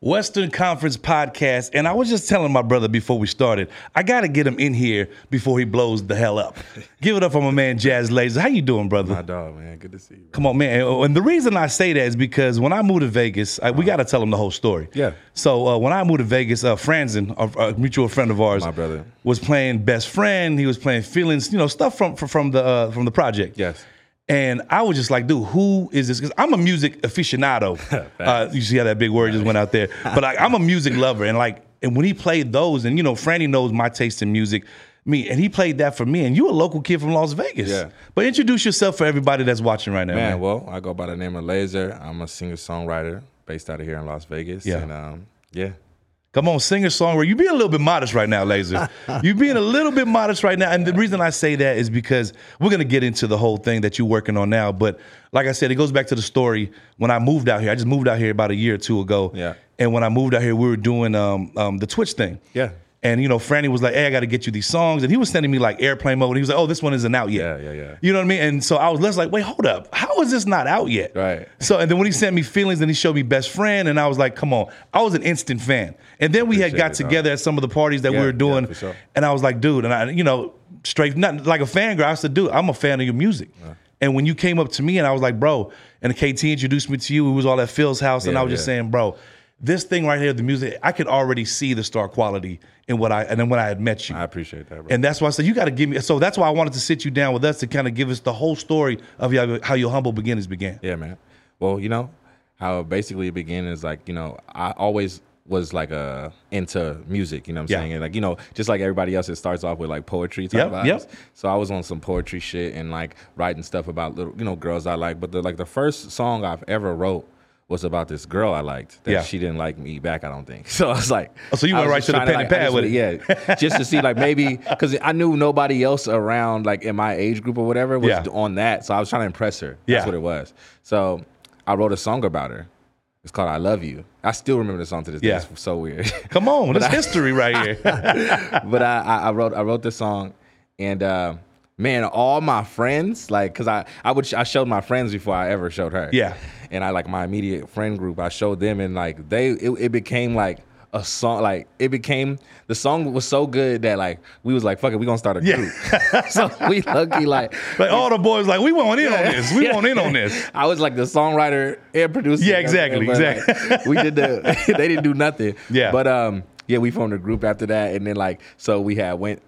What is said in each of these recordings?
Western Conference podcast, and I was just telling my brother before we started, I got to get him in here before he blows the hell up. Give it up for my man Jazz Laser. How you doing, brother? My dog, man. Good to see you. Come on, man. And the reason I say that is because when I moved to Vegas, I, we got to tell them the whole story. Uh-huh. Yeah. So uh, when I moved to Vegas, uh, Franzen, a, a mutual friend of ours, My brother. was playing Best Friend. He was playing Feelings, you know, stuff from from, from the uh, from the project. Yes. And I was just like, dude, who is this? Because I'm a music aficionado. uh, you see how that big word just went out there. But like, I'm a music lover, and like, and when he played those, and you know, Franny knows my taste in music. Me and he played that for me, and you a local kid from Las Vegas. Yeah. But introduce yourself for everybody that's watching right now. Man, well, I go by the name of Laser. I'm a singer songwriter based out of here in Las Vegas. Yeah. And um, yeah. Come on, singer songwriter. You being a little bit modest right now, Laser. you being a little bit modest right now, and the reason I say that is because we're gonna get into the whole thing that you're working on now. But like I said, it goes back to the story when I moved out here. I just moved out here about a year or two ago. Yeah. And when I moved out here, we were doing um, um, the Twitch thing. Yeah. And you know, Franny was like, "Hey, I got to get you these songs," and he was sending me like airplane mode. And he was like, "Oh, this one isn't out yet." Yeah, yeah, yeah. You know what I mean? And so I was less like, "Wait, hold up, how is this not out yet?" Right. So and then when he sent me feelings, and he showed me best friend, and I was like, "Come on!" I was an instant fan. And then we had Appreciate got it, dog. together at some of the parties that Yeah, we were yeah, doing, for sure. and I was like, "Dude," and I, you know, straight, not like a fangirl. I said, "Dude, I'm a fan of your music." And when you came up to me, and I was like, "Bro," and KT introduced me to you. It was all at Phil's house, and I Yeah, was just yeah. saying, "Bro." This thing right here, the music, I could already see the star quality in what I and then when I had met you. I appreciate that, bro. And that's why I said you got to give me. So that's why I wanted to sit you down with us to kind of give us the whole story of your, how your humble beginnings began. Yeah, man. Well, you know how basically it began is like you know I always was like uh into music. You know what I'm Yeah. saying? And like you know, just like everybody else, it starts off with like poetry Yep, type vibes. yep. So I was on some poetry shit and like writing stuff about little you know girls I like. But the like the first song I've ever wrote. Was about this girl I liked that Yeah. she didn't like me back. I don't think so. I was like, Oh, so you I went was right just to the trying pen and like- I pad just with was- it. yeah, just to see like maybe because I knew nobody else around like in my age group or whatever was Yeah. on that. So I was trying to impress her. Yeah. That's what it was. So I wrote a song about her. It's called "I Love You." I still remember the song to this Yeah. day. It's so weird. Come on, that's history right here. but I, I, I wrote I wrote this song, and uh, man, all my friends like because I I would I showed my friends before I ever showed her. Yeah. and I like my immediate friend group. I showed them, and like they it, it became like. A song like it became the song was so good that like we was like fuck it we gonna start a Yeah. group so we lucky like like all the boys, like we want in on this. We Yeah. want in on this. I was like the songwriter and producer. Yeah, exactly, But, like, exactly. we did the. they didn't do nothing. Yeah. But um, yeah, we formed a group after that, and then like so we had went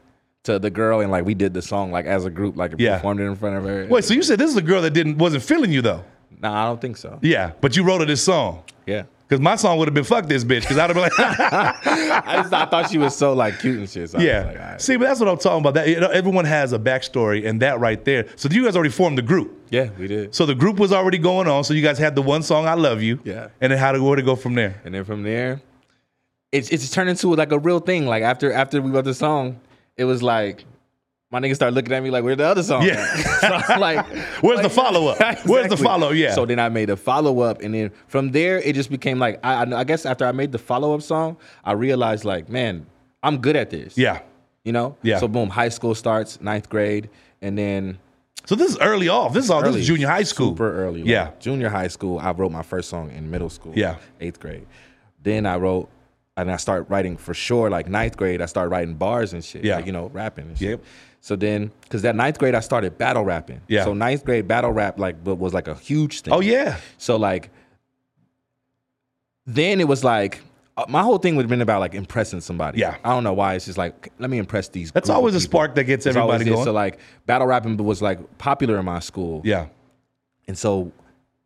to the girl and like we did the song like as a group, like Yeah. performed it in front of her. Wait, so you said this is a girl that didn't wasn't feeling you though? No, I don't think so. Yeah, but you wrote her this song Yeah. because my song would have been "Fuck This Bitch" because I'd have been like. I just I thought she was so like cute and shit. So I was like, all Yeah. right. See, but that's what I'm talking about. That you know, everyone has a backstory, and that right there. So you guys already formed the group. Yeah, we did. So the group was already going on. So you guys had the one song "I Love You." Yeah. And then how to where to go from there? And then from there, it's it's turned into like a real thing. Like after after we wrote the song, it was like my niggas started looking at me like, where the other song? Yeah. at?" so I'm like, Where's the like- follow up? Where's the Exactly. follow? Yeah. So then I made a follow up, and then from there it just became like I, I- I guess after I made the follow up song, I realized like, man, I'm good at this. yeah. You know. Yeah. So boom, high school starts ninth grade, and then So this is early off. This is all. Oh, This early, is junior high school. super early. like, Yeah. junior high school. I wrote my first song in middle school. Yeah. eighth grade. Then I wrote, and I started writing for sure. Like ninth grade, I started writing bars and shit. Yeah. like, you know, rapping. And shit. Yep. So then, because that ninth grade, I started battle rapping. Yeah. So ninth grade battle rap like wa- was like a huge thing. Oh yeah. So like, then it was like. uh, My whole thing would have been about like impressing somebody. Yeah. I don't know why. It's just like let me impress these. That's group of always a people. spark that gets It's always everybody it. going. So like battle rapping was like popular in my school. Yeah. And so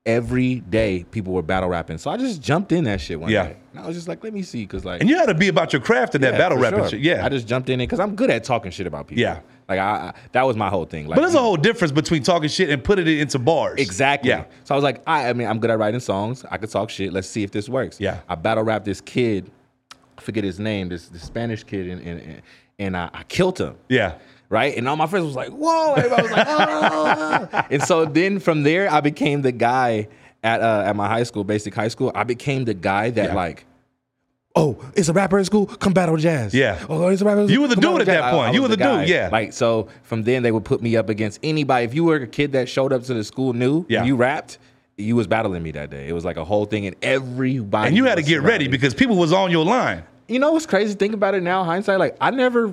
every day people were battle rapping. So I just jumped in that shit one Yeah. day. And I was just like, let me see. Cause like And you had to be about your craft in that Yeah, battle for rap and sure. shit. Yeah. I just jumped in it because I'm good at talking shit about people. Yeah. Like I, I that was my whole thing. Like but there's a whole difference between talking shit and putting it into bars. Exactly. Yeah. So I was like, I, I mean, I'm good at writing songs. I could talk shit. Let's see if this works. Yeah. I battle rapped this kid, I forget his name, this, this Spanish kid, and and, and I, I killed him. Yeah. right? And all my friends was like, "Whoa!" Everybody was like, "Oh!" and so then from there, I became the guy at uh, at my high school, basic high school. I became the guy that Yeah. like, "Oh, it's a rapper at school. Come battle jazz." Yeah. Oh, it's a rapper. at school, You were the come dude battle at that jazz." point. You was were the dude, guy. yeah. Like so, from then they would put me up against anybody. If you were a kid that showed up to the school new, Yeah. and you rapped. you was battling me that day. It was like a whole thing, and everybody And you had to was get ready surrounded. because people was on your line. you know what's crazy? Think about it now, hindsight. Like I never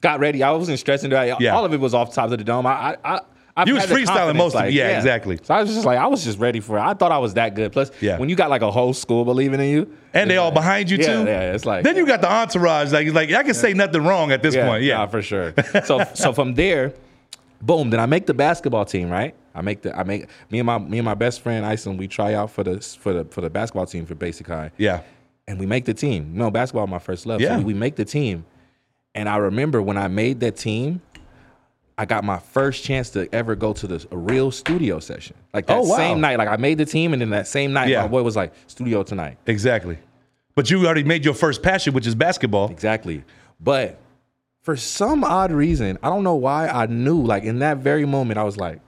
got ready. I wasn't stressing about it. Yeah. All of it was off the top of the dome. I, I, I I've You was had the freestyling confidence, most of it. Yeah, exactly. So I was just like, I was just ready for it. I thought I was that good. Plus, Yeah. when you got like a whole school believing in you, And they it's all like- behind you yeah, too. Yeah, it's like Then you got the entourage. Like, like I can say nothing wrong at this point. Yeah. nah, for sure. So so from there, boom. Then I make the basketball team. Right, I make the I make me and my me and my best friend Ison. We try out for the for the for the basketball team for basic high. yeah. and we make the team. No, basketball my first love. Yeah. So we make the team. And I remember when I made that team, I got my first chance to ever go to the a real studio session. Like that Oh, wow. same night. Like I made the team and then that same night Yeah. my boy was like, studio tonight. Exactly. But you already made your first passion, which is basketball. Exactly. But for some odd reason, I don't know why I knew, like in that very moment, I was like,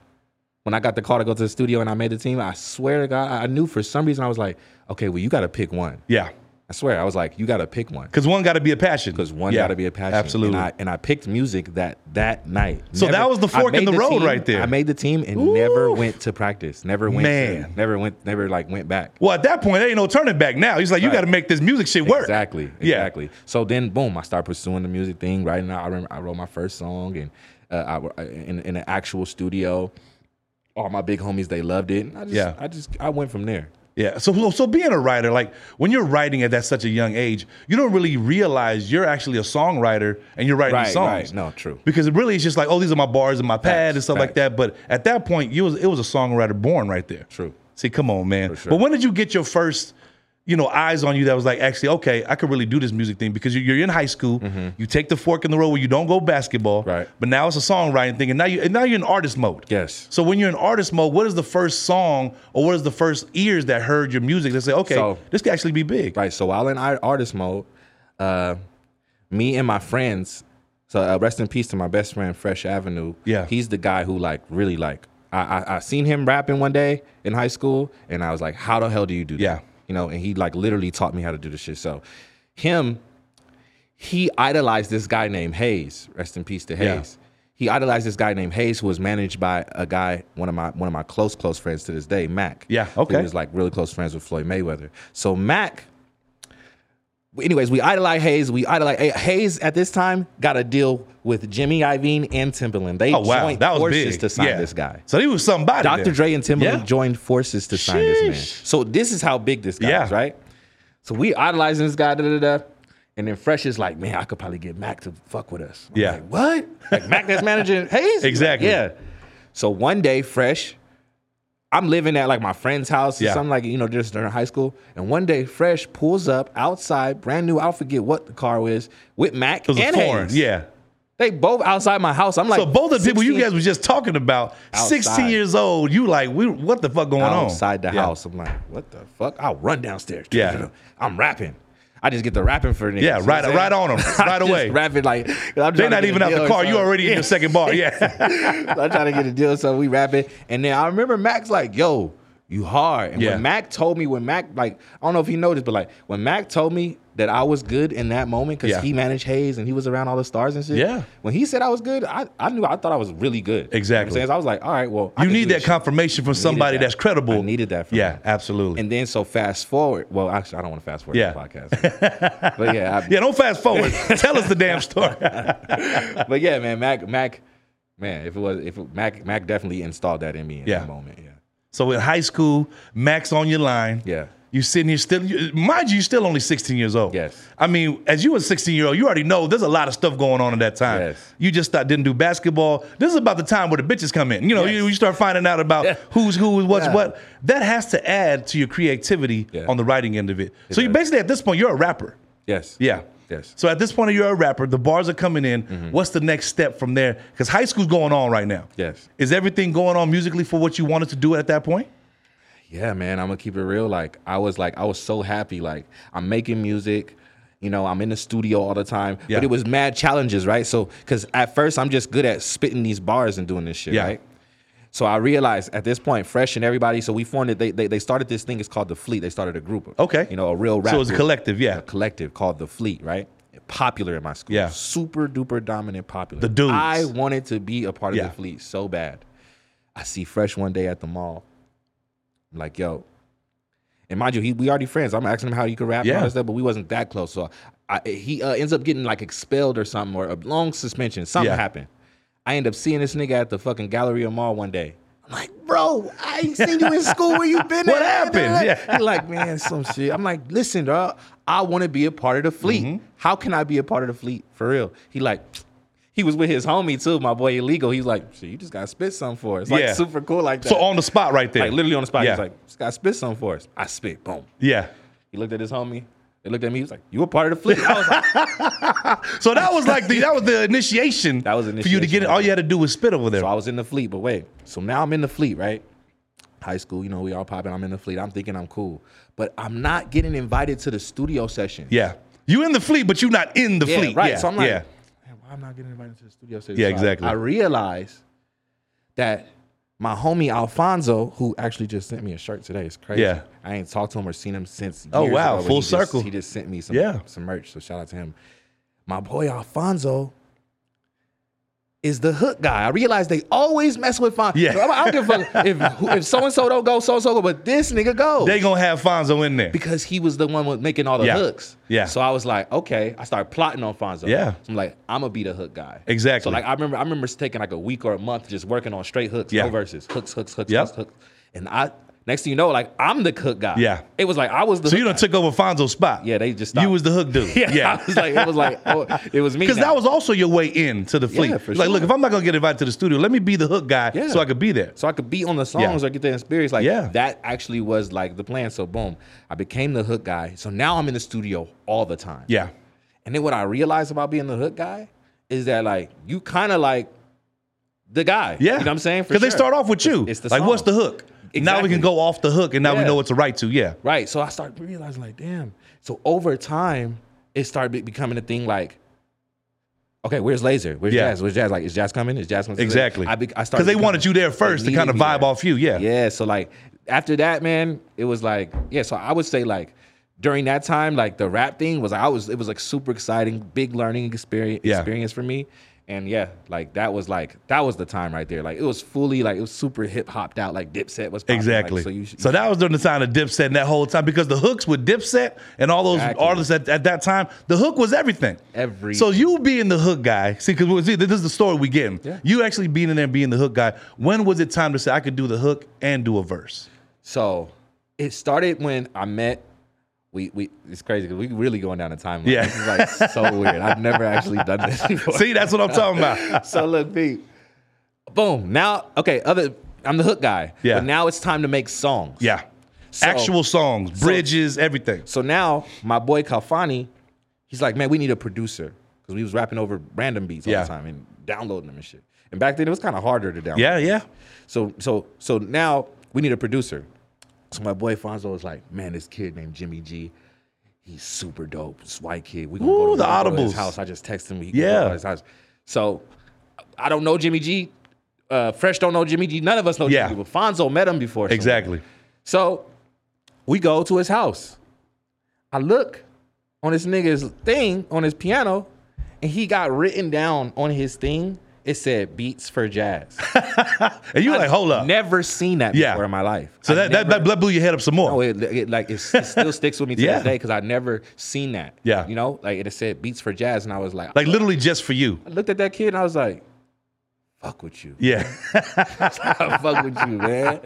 when I got the call to go to the studio and I made the team, I swear to God, I I knew for some reason I was like, okay, well, you gotta pick one. Yeah. I swear, I was like, you gotta pick one. Because one got to be a passion. because one got to be a passion. Absolutely. And I, and I picked music that that night. So that was the I fork in made the road team- right there. I made the team and never went to practice. Never went. Man. To, never went. Never like went back. well, at that point, there ain't no turning back now. He's like, you Right. got to make this music shit work. Exactly. Yeah. Exactly. So then, boom, I started pursuing the music thing. Right now, I remember I wrote my first song and uh, I, in, in an actual studio. All my big homies, they loved it. And I just, Yeah. I just, I went from there. Yeah. So so being a writer, like when you're writing at that such a young age, you don't really realize you're actually a songwriter and you're writing Right, songs. right. No, true. Because it really is just like, oh, these are my bars and my pad and Facts, stuff like that. facts. But at that point, you was it was a songwriter born right there. True. See, come on, man. sure. But when did you get your first, you know, eyes on you that was like, actually, okay, I could really do this music thing because you- you're in high school. You take the fork in the road where you don't go basketball. Mm-hmm. Right. But now it's a songwriting thing, and now you and now you're in artist mode. Yes. So when you're in artist mode, what is the first song or what is the first ears that heard your music that say, okay, So- this could actually be big? Right. So while in ar- artist mode, uh, me and my friends. So uh, rest in peace to my best friend Fresh Avenue. Yeah. He's the guy who like really like I I, I seen him rapping one day in high school, and I was like, how the hell do you do that? Yeah. You know, and he like literally taught me how to do this shit. So him, he idolized this guy named Hayes. Rest in peace to Yeah. Hayes. He idolized this guy named Hayes, who was managed by a guy, one of my one of my close close friends to this day, Mac. Yeah, who okay. was like really close friends with Floyd Mayweather. So Mac anyways, we idolize Hayes. We idolize Hey, Hayes at this time got a deal with Jimmy Iovine and Timbaland. They Oh wow, joined that was forces big. to sign Yeah. this guy. So he was somebody. Dr. then. Dre and Timbaland Yeah. joined forces to sign this man. Sheesh. So this is how big this guy is, Yeah. right? So we idolizing this guy, da da da. da. And then Fresh is like, man, I could probably get Mac to fuck with us. I'm Yeah. Like, what? Like Mac that's managing Hayes? Exactly. Yeah. So one day, Fresh, I'm living at like my friend's house or Yeah. something like, you know, just during high school. And one day, Fresh pulls up outside, brand new. I forget what the car is, with Mac It was a and foreign. Hayes. Yeah. They both outside my house. I'm like, so both of the people you 16 guys was just talking about, Outside. 16 years old, you like, we what the fuck going on? outside the Yeah. house. I'm like, what the fuck? I'll run downstairs. Yeah. I'm rapping. I just get the rapping for niggas. Yeah, You know right- what I'm right saying? on 'em, I right just away. Rapping like I'm They're not even out the car. You already in your second bar. Yeah. I'm trying to get a deal, so we rapping. And then I remember Max like, yo, you hard. And Yeah. when Mac told me, when Mac, like, I don't know if he noticed, but like, when Mac told me that I was good in that moment, because Yeah. he managed Hayes and he was around all the stars and shit. Yeah. When he said I was good, I, I knew, I thought I was really good. You know what I'm Exactly. saying? So I was like, all right, well, I you can do need this that shit. confirmation from somebody that. that's credible. I needed that from yeah, him. absolutely. And then so fast forward. Well, actually, I don't want to fast forward Yeah. the podcast. but yeah, I, yeah, don't fast forward. Tell us the damn story. but yeah, man, Mac, Mac, man, if it was if it- Mac, Mac definitely installed that in me in Yeah. that moment. Yeah, So in high school, Max on your line. Yeah. You sitting here still, you- mind you, you're still only 16 years old. Yes. I mean, as you a 16 year old, you already know there's a lot of stuff going on at that time. Yes. You just start, didn't do basketball. This is about the time where the bitches come in. You know, you, you start finding out about who's who, and what's Yeah. what. That has to add to your creativity Yeah. on the writing end of it. so you does. basically at this point, you're a rapper. yes, Yeah. yes. So at this point, you're a rapper. The bars are coming in. What's the next step from there? Because high school's going on right now. Mm-hmm. Yes. Is everything going on musically for what you wanted to do at that point? yeah, man, I'm gonna keep it real. Like I was like I was so happy. Like I'm making music. You know, I'm in the studio all the time, Yeah. but it was mad challenges, right? So, because at first I'm just good at spitting these bars and doing this shit, Yeah. right? So I realized at this point, Fresh and everybody, so we formed it. They, they they started this thing. It's called the Fleet. They started a group, Okay. you know, a real rap. So it's a group. collective, yeah. a collective called The Fleet, right? Popular in my school. Yeah. Super duper dominant popular. The dudes. I wanted to be a part of Yeah. The Fleet so bad. I see Fresh one day at the mall. I'm like, yo. And mind you, he, we already friends. I'm asking him how you could rap and all Yeah. that stuff, but we wasn't that close. So I, he uh, ends up getting like expelled or something or a long suspension. Something Yeah. happened. I end up seeing this nigga at the fucking Galleria Mall one day. I'm like, bro, I ain't seen you in school. Where you been? What at?" happened? Yeah. He like, man, some shit. I'm like, listen, dog, I want to be a part of the fleet. Mm-hmm. How can I be a part of the fleet for real? He like, he was with his homie too, my boy Illegal. He's like, shit, you just got to spit something for us. It's Yeah. Like super cool like that. So on the spot right there. like literally on the spot. Yeah. He's like, just got to spit something for us. I spit, boom. yeah. He looked at his homie. They looked at me. He was like, you a part of the fleet? I was like, So that was like the that was the initiation. That was for you to initiation get it. All you had to do was spit over there. So I was in the fleet, but wait. So now I'm in the fleet, right? High school, you know, we all popping. I'm in the fleet. I'm thinking I'm cool, but I'm not getting invited to the studio session. yeah. You in the fleet, but you not in the Yeah, fleet. right. Yeah. So I'm like, yeah. man, why I'm not getting invited to the studio session? Yeah, So I- exactly. I, realized that my homie Alfonso, who actually just sent me a shirt today, it's crazy. Yeah. I ain't talked to him or seen him since. Oh, years wow. ago, but Full he just- circle. he just sent me some Yeah. some merch. So shout out to him. My boy Alfonso is the hook guy. I realize they always mess with Fonzo. Yeah. I don't give a fuck if who- if so and so don't go, so and so go, but this nigga goes They gonna have Fonzo in there. because he was the one with making all the Yeah. hooks. Yeah. So I was like, okay. I started plotting on Fonzo. Yeah. So I'm like, I'm gonna be the hook guy. Exactly. So like I remember I remember taking like a week or a month just working on straight hooks, Yeah. no verses, hooks, hooks, hooks, Yep. hooks, hooks. And I next thing you know, like I'm the hook guy. Yeah. It was like I was the So hook you done guy. took over Fonzo's spot. Yeah, they just You stopped. was the hook dude. yeah. yeah. I was like, it was like oh, it was me. Because now. that was also your way in to the fleet. for like, look, sure. if I'm not gonna get invited to the studio, let me be the hook guy Yeah. so I could be there. so I could be on the songs or get the experience. Like Yeah. that actually was like the plan. So boom, I became the hook guy. So now I'm in the studio all the time. Yeah. And then what I realized about being the hook guy is that like you kind of like the guy. Yeah. You know what I'm saying? For Because they sure. start off with you. It's, it's the like, what's the song. hook? Now we Exactly. can go off the hook and now we Yeah. know what to write to. Yeah. Right. So I started realizing like, damn. So over time, it started be- becoming a thing like, okay, where's Laser? Where's Yeah. Jazz? Where's Jazz? Like, is Jazz coming? Is Jazz coming? Exactly. I, be- I started Because they becoming- wanted you there first They to kind of needed me vibe there. off you. Yeah. Yeah. So like after that, man, it was like yeah. So I would say like during that time, like the rap thing was I was it was like super exciting, big learning experience Yeah. experience for me. And yeah, like that was like that was the time right there. Like it was fully like it was super hip hopped out. Like Dipset was popping. Like, Exactly. so so, you should, that was during the time of Dipset and that whole time because the hooks with Dipset and all those Exactly. artists at, at that time, the hook was everything. Every- So you being the hook guy, see, because see, this is the story we getting. Yeah. You actually being in there and being the hook guy. When was it time to say I could do the hook and do a verse? So it started when I met. We we it's crazy because we really going down in time. Yeah. this is like so weird. I've never actually done this before. See, that's what I'm talking about. so look, Pete. Boom. Now, okay, other I'm the hook guy. Yeah. But now it's time to make songs. Yeah. So- Actual songs, so- bridges, everything. So now my boy Kalfani, he's like, man, we need a producer. Because we was rapping over random beats all Yeah. the time and downloading them and shit. And back then it was kind of harder to download. Yeah, yeah. So so so now we need a producer. So my boy Fonzo was like, man, this kid named Jimmy G. He's super dope. This white kid. We gonna Ooh, go to, the we gonna go to his Audibles. house. I just texted him. He can Yeah. go to his house. So I don't know Jimmy G. Uh, Fresh don't know Jimmy G. None of us know Yeah. Jimmy G. But Fonzo met him before. somewhere. Exactly. So we go to his house. I look on this nigga's thing on his piano, and he got written down on his thing. It said beats for jazz. And you're like, hold up. Never seen that Yeah. before in my life. so I that, never, that, that blew your head up some more. oh, it, it- like it's- it, still sticks with me to Yeah. this day because I never seen that. Yeah. you know, like it said beats for jazz, and I was like, like literally just for you. I looked at that kid and I was like, fuck with you. Yeah. I fuck with you, man.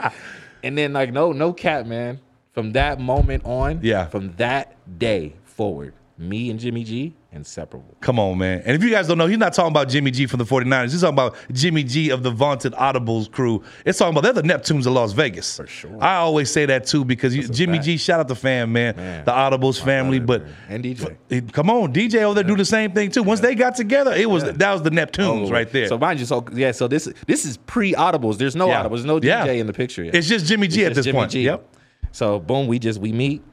And then like no, no cap, man. From that moment on, Yeah. From that day forward, me and Jimmy G inseparable. Come on, man. And if you guys don't know, he's not talking about Jimmy G from the 49ers. He's talking about Jimmy G of the vaunted Audibles crew. It's talking about they're the Neptunes of Las Vegas. For sure. I always say that too because you, Jimmy fact. G, shout out the fam, man, Man. the Audibles family. but And DJ. it- come on, DJ over there do the same thing too. Once they got together, it was that was the Neptunes right there. Oh, So mind you, so yeah, so this this is pre audibles. There's no Yeah. audibles, there's no DJ Yeah. in the picture yet. it's just Jimmy G at just this Jimmy point. G. Yep. So boom, we just we meet.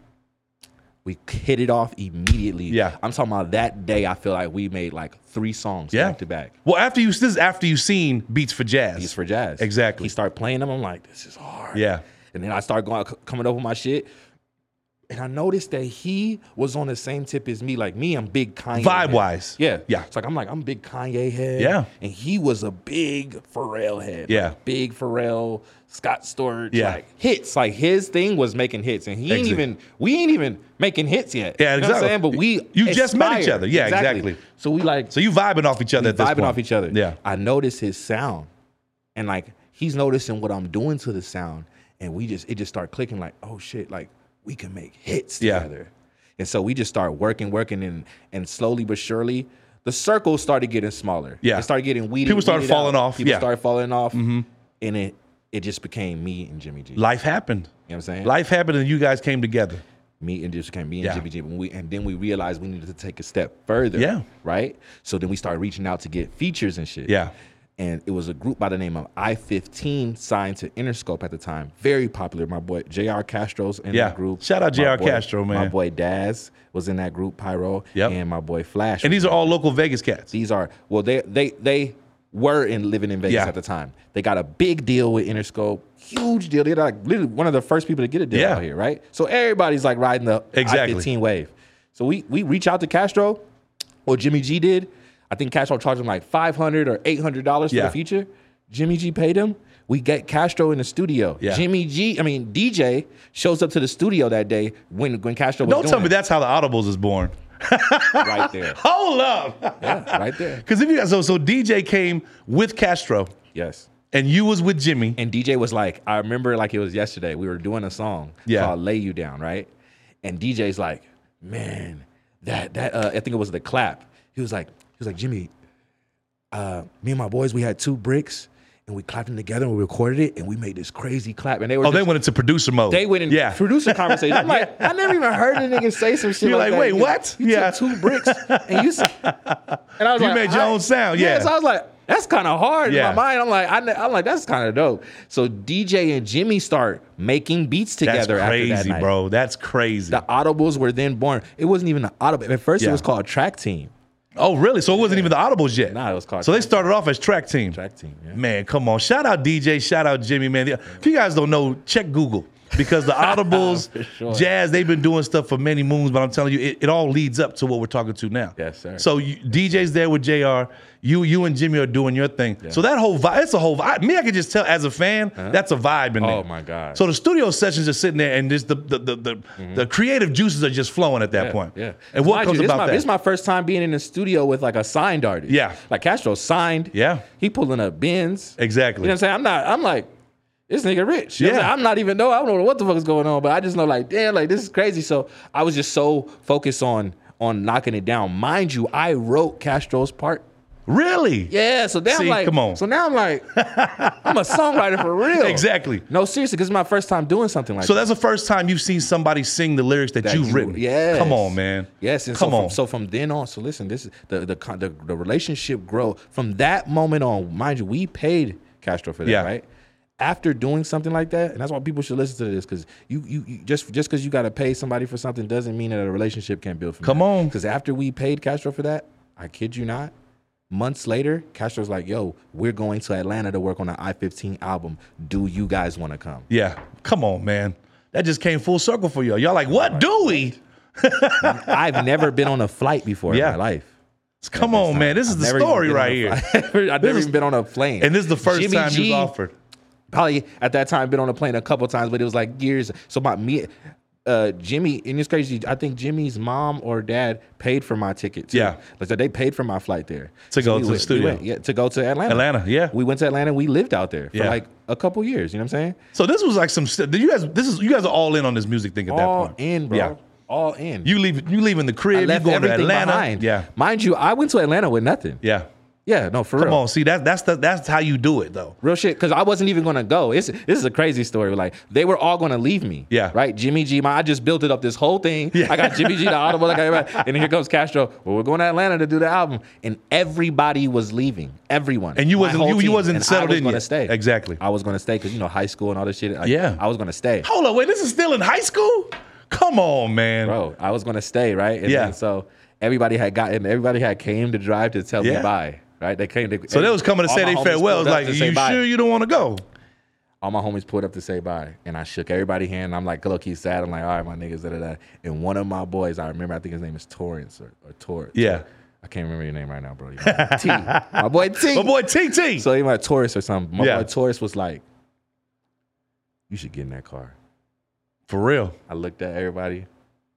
We hit it off immediately. Yeah. I'm talking about that day. I feel like we made like three songs Yeah. back to back. Well, after you this is after you seen Beats for Jazz. Beats for jazz. Exactly. He started playing them. I'm like, this is hard. Yeah. And then I start going coming up with my shit. And I noticed that he was on the same tip as me. Like me, I'm big Kanye. Vibe head. wise. Yeah. Yeah. It's like I'm like, I'm big Kanye head. Yeah. And he was a big Pharrell head. Yeah. Like, big Pharrell, Scott Storch. Yeah. Like hits. Like his thing was making hits. And he ain't Exactly. even we ain't even making hits yet. Yeah, You know what I'm exactly. saying? But we You just met each aspire. other. Yeah, exactly. So we like So you vibing off each other at this vibing point. off each other. Yeah. I notice his sound, and like he's noticing what I'm doing to the sound, and we just it just start clicking. Like, oh shit, like we can make hits Yeah. together. And so we just start working, working, and and slowly but surely, the circle started getting smaller. Yeah. it started getting weeded. People started weeded out. falling off, People yeah. Mm-hmm. started falling off, and it it just became me and Jimmy G. Life happened. you know what I'm saying? Life happened and you guys came together. me and just came me and Yeah. Jimmy G when we and then we realized we needed to take a step further. Yeah. Right? So then we started reaching out to get features and shit. Yeah. And it was a group by the name of I-15 signed to Interscope at the time. Very popular. My boy JR Castro's in Yeah. that group. Shout out My J.R. boy- Castro, My man. boy Daz was in that group, Pyro. Yep. And my boy Flash. And these are all local Vegas cats. These are well, they they they were in living in Vegas Yeah. at the time. They got a big deal with Interscope, huge deal. They're like literally one of the first people to get a deal Yeah. out here, right? So everybody's like riding the Exactly. I-15 wave. So we we reach out to Castro, or Jimmy G did. I think Castro charged him like five hundred or eight hundred dollars for Yeah. the feature. Jimmy G paid him. We get Castro in the studio. Yeah. Jimmy G, I mean DJ, shows up to the studio that day when when Castro was Don't doing tell me it. that's how the Audibles is born. right there, Hold up. yeah, right there. Because if you guys, so, so DJ came with Castro Yes. and you was with Jimmy. And DJ was like, I remember like it was yesterday. We were doing a song Yeah. called "Lay You Down," right? And DJ's like, man, that that uh, I think it was the clap. He was like, he was like, Jimmy, uh, me and my boys, we had two bricks and we clapped them together and we recorded it and we made this crazy clap. And they were oh, they just- went into producer mode. they went in yeah. producer conversation. I'm like, I never even heard a nigga say some shit. You're like, like, that. wait, You- what? You Yeah. took two bricks and you. s- And I was You like, made your I- own sound, yeah. so I was like, that's kind of hard Yeah. in my mind. I'm like, I, ne- I'm like, that's kind of dope. So DJ and Jimmy start making beats That's together. after crazy, that night. bro. That's crazy. The audibles were then born. It wasn't even an audible. At first, Yeah. it was called track team. oh, really? So it wasn't even the Audibles yet. Nah, it was called So they Track started off as track team. Track team. Yeah. Man, come on. Shout out DJ, shout out Jimmy, man. If you guys don't know, check Google because the Audibles, For sure. Jazz, they've been doing stuff for many moons, but I'm telling you, it, it all leads up to what we're talking to now. Yes, sir. So you, DJ's there with JR. You you and Jimmy are doing your thing. So that whole vibe, it's a whole vibe. Me, I can just tell as a fan, that's a vibe in there. Oh, my God. Mm-hmm. So the studio sessions are sitting there and just the the the, the, the creative juices are just flowing at that point. Yeah. And what Mind comes you, this about my, that? This is my first time being in the studio with like a signed artist. Yeah. Like Castro signed. Yeah. He pulling up bins. Exactly. You know what I'm saying? I'm not, I'm like, this nigga rich. You know what I'm Yeah. saying? I'm not even know. I don't know what the fuck is going on, but I just know like, damn, like this is crazy. So I was just so focused on on knocking it down. Mind you, I wrote Castro's part. really? Yeah, so now See, I'm like, come on. So now I'm like, I'm a songwriter for real. Exactly. No, seriously, because it's my first time doing something like So that's the first time you've seen somebody sing the lyrics that, you've written. Yes. Come on, man. Yes. And Come so on. From, so from then on, so listen, this is the the con- the, the relationship grow from that moment on. Mind you, we paid Castro for that, Yeah. right? After doing something like that, and that's why people should listen to this because you, you you just just because you got to pay somebody for something doesn't mean that a relationship can't build. From Come on. Because after we paid Castro for that, I kid you not. Months later, Castro's like, "Yo, we're going to Atlanta to work on an I-15 album. Do you guys want to come?" yeah. Come on, man. That just came full circle for y'all. Y'all like, what do we? I've never been on a flight before Yeah. in my life. Come on, man. This is I've the never even story been on right a here. flight. I've never is- even been on a plane. And this is the first Jimmy time G you was offered. Probably at that time been on a plane a couple times, but it was like years. So my me, uh, Jimmy, and it's crazy. I think Jimmy's mom or dad paid for my ticket. Too. Yeah. like so they paid for my flight there To go to the went- studio. went, yeah, to go to Atlanta. Atlanta, yeah. We went to Atlanta. We lived out there for Yeah. like a couple years. You know what I'm saying? So this was like some. st- You guys, this is you guys are all in on this music thing at All that point. in, bro. Yeah. All in. You leave. You leaving the I crib. You left going to everything Atlanta. behind. Yeah. mind you, I went to Atlanta with nothing. Yeah. Yeah, no, for Come real. on. See that. That's the, That's how you do it though. Real shit, because I wasn't even gonna go. It's this is a crazy story. Like they were all gonna leave me. Yeah. Right. Jimmy G. My, I just built it up this whole thing. I got Jimmy G. The audible. I got everybody. And here comes Castro. Well, we're going to Atlanta to do the album, and everybody was leaving. Everyone. And you My wasn't- whole you- you team. wasn't And settled I was in gonna yet. Stay. Exactly. I was gonna stay because you know high school and all this shit. like, Yeah. I was gonna stay Hold on. Wait. This is still in high school. Come on, man. bro, I was gonna stay, right? And Yeah. then so everybody had gotten, everybody had came to drive to tell Yeah. me bye, right? They came to. So they was coming to all say my they homies farewells. pulled up Like, to say you bye. sure you don't want to go? All my homies pulled up to say bye, and I shook everybody's hand. And I'm like, look, he's sad. I'm like, all right, my niggas, da da da. And one of my boys, I remember, I think his name is Torrance or, or Tor. Yeah. I can't remember your name right now, bro. You know, T. My boy T. My boy TT. So he might Taurus or something. My Yeah. boy Taurus was like, "You should get in that car." For real. I looked at everybody.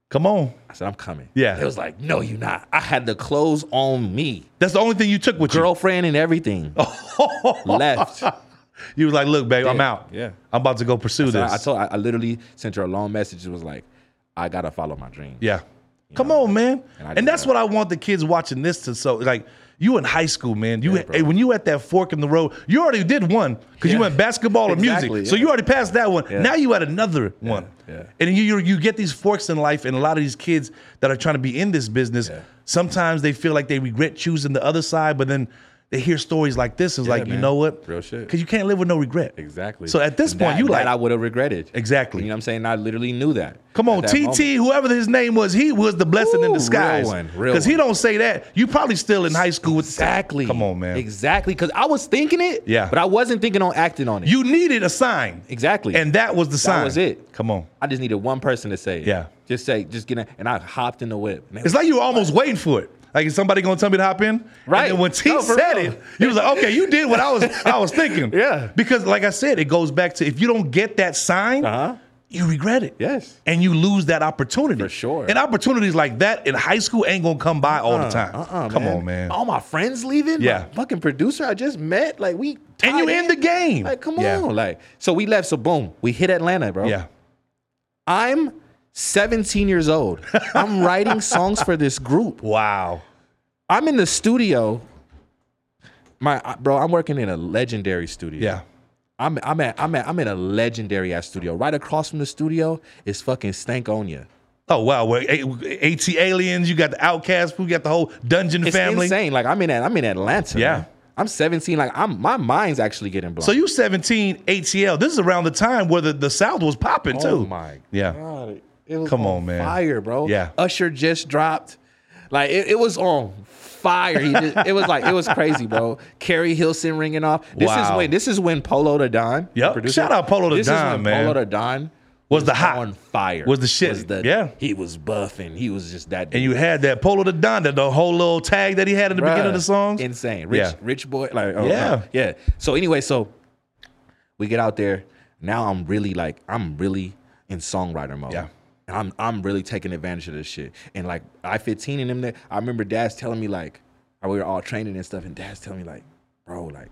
Come on. I said, "I'm coming." Yeah. It was like, "No, you not." I had the clothes on me, That's the only thing you took with girlfriend and everything. left. you. You was like, look, babe, I'm Yeah, out. yeah. I'm about to go pursue So this. I, I told. I, I literally sent her a long message. It was like, "I gotta follow my dream." Yeah. Come on, man. And, And I did that's that. what I want the kids watching this to so like you in high school, man. You bro. hey, when you at that fork in the road, you already did one because you Yeah. went basketball or Exactly, music. So yeah. you already passed that one. Yeah. Now you at another one. yeah. And you, you you get these forks in life, and a lot of these kids that are trying to be in this business, Yeah. sometimes they feel like they regret choosing the other side, but then they hear stories like this. It's like, you man. know what? Real shit. Because you can't live with no regret. Exactly. So at this point, That- you that like, I would have regretted. Exactly. You know what I'm saying? I literally knew that. Come at on, that TT, moment. whoever his name was, he was the blessing in Ooh, disguise. real one, real Because he one. don't say that. You probably still in high school with Exactly. Come on, man. Exactly. Because I was thinking it. Yeah. But I wasn't thinking on acting on it. You needed a sign, exactly. and that was the sign. was it. Come on. I just needed one person to say it. Yeah. Just say, just get in. And I hopped in the whip. And they It's like you were almost waiting for it. Like is somebody gonna tell me to hop in? Right. And then when T No, for said real. it, you was like, okay, you did what I was I was thinking. Yeah. Because like I said, it goes back to if you don't get that sign, Uh-huh. you regret it. Yes. And you lose that opportunity. For sure. And opportunities like that in high school ain't gonna come by all the time. Uh-uh, Come on, man. All my friends leaving. Yeah. My fucking producer I just met. Like we. And you tied in the game. Like come Yeah. on. Like so we left. So boom, we hit Atlanta, bro. Yeah. I'm 17 years old. I'm writing songs for this group. Wow. I'm in the studio. My uh, bro, I'm working in a legendary studio. Yeah. I'm I'm at I'm at I'm in a legendary ass studio. Right across from the studio is fucking Stankonia. Oh wow, well, A- AT aliens, you got the outcast, you got the whole dungeon It's family. insane. Like I'm in I'm in Atlanta. Yeah. man. I'm 17. Like I'm my mind's actually getting blown. So you 17 ATL. This is around the time where the, the South was popping too. oh my Yeah. god, it, it was Come on, on, man. fire, bro. Yeah. Usher just dropped. Like it, it was on fire. He just, it was like it was crazy, bro. Carrie Hilson ringing off. This Wow. is when this is when Polo the Don. the Yep. producer- Shout out Polo the this Don, is when man. Polo the Don Was the hot. on fire. Was the shit. Yeah. He was buffing. He was just that. And you had that Polo the Don, that the whole little tag that he had at the beginning of the songs. Insane. Rich, Yeah. rich boy. Like, oh, Yeah. uh, yeah. So anyway, so we get out there. Now I'm really like, I'm really in songwriter mode. Yeah. And I'm I'm really taking advantage of this shit. And like I 15 and them there, I remember dad's telling me like, we were all training and stuff, and dad's telling me like, bro, like,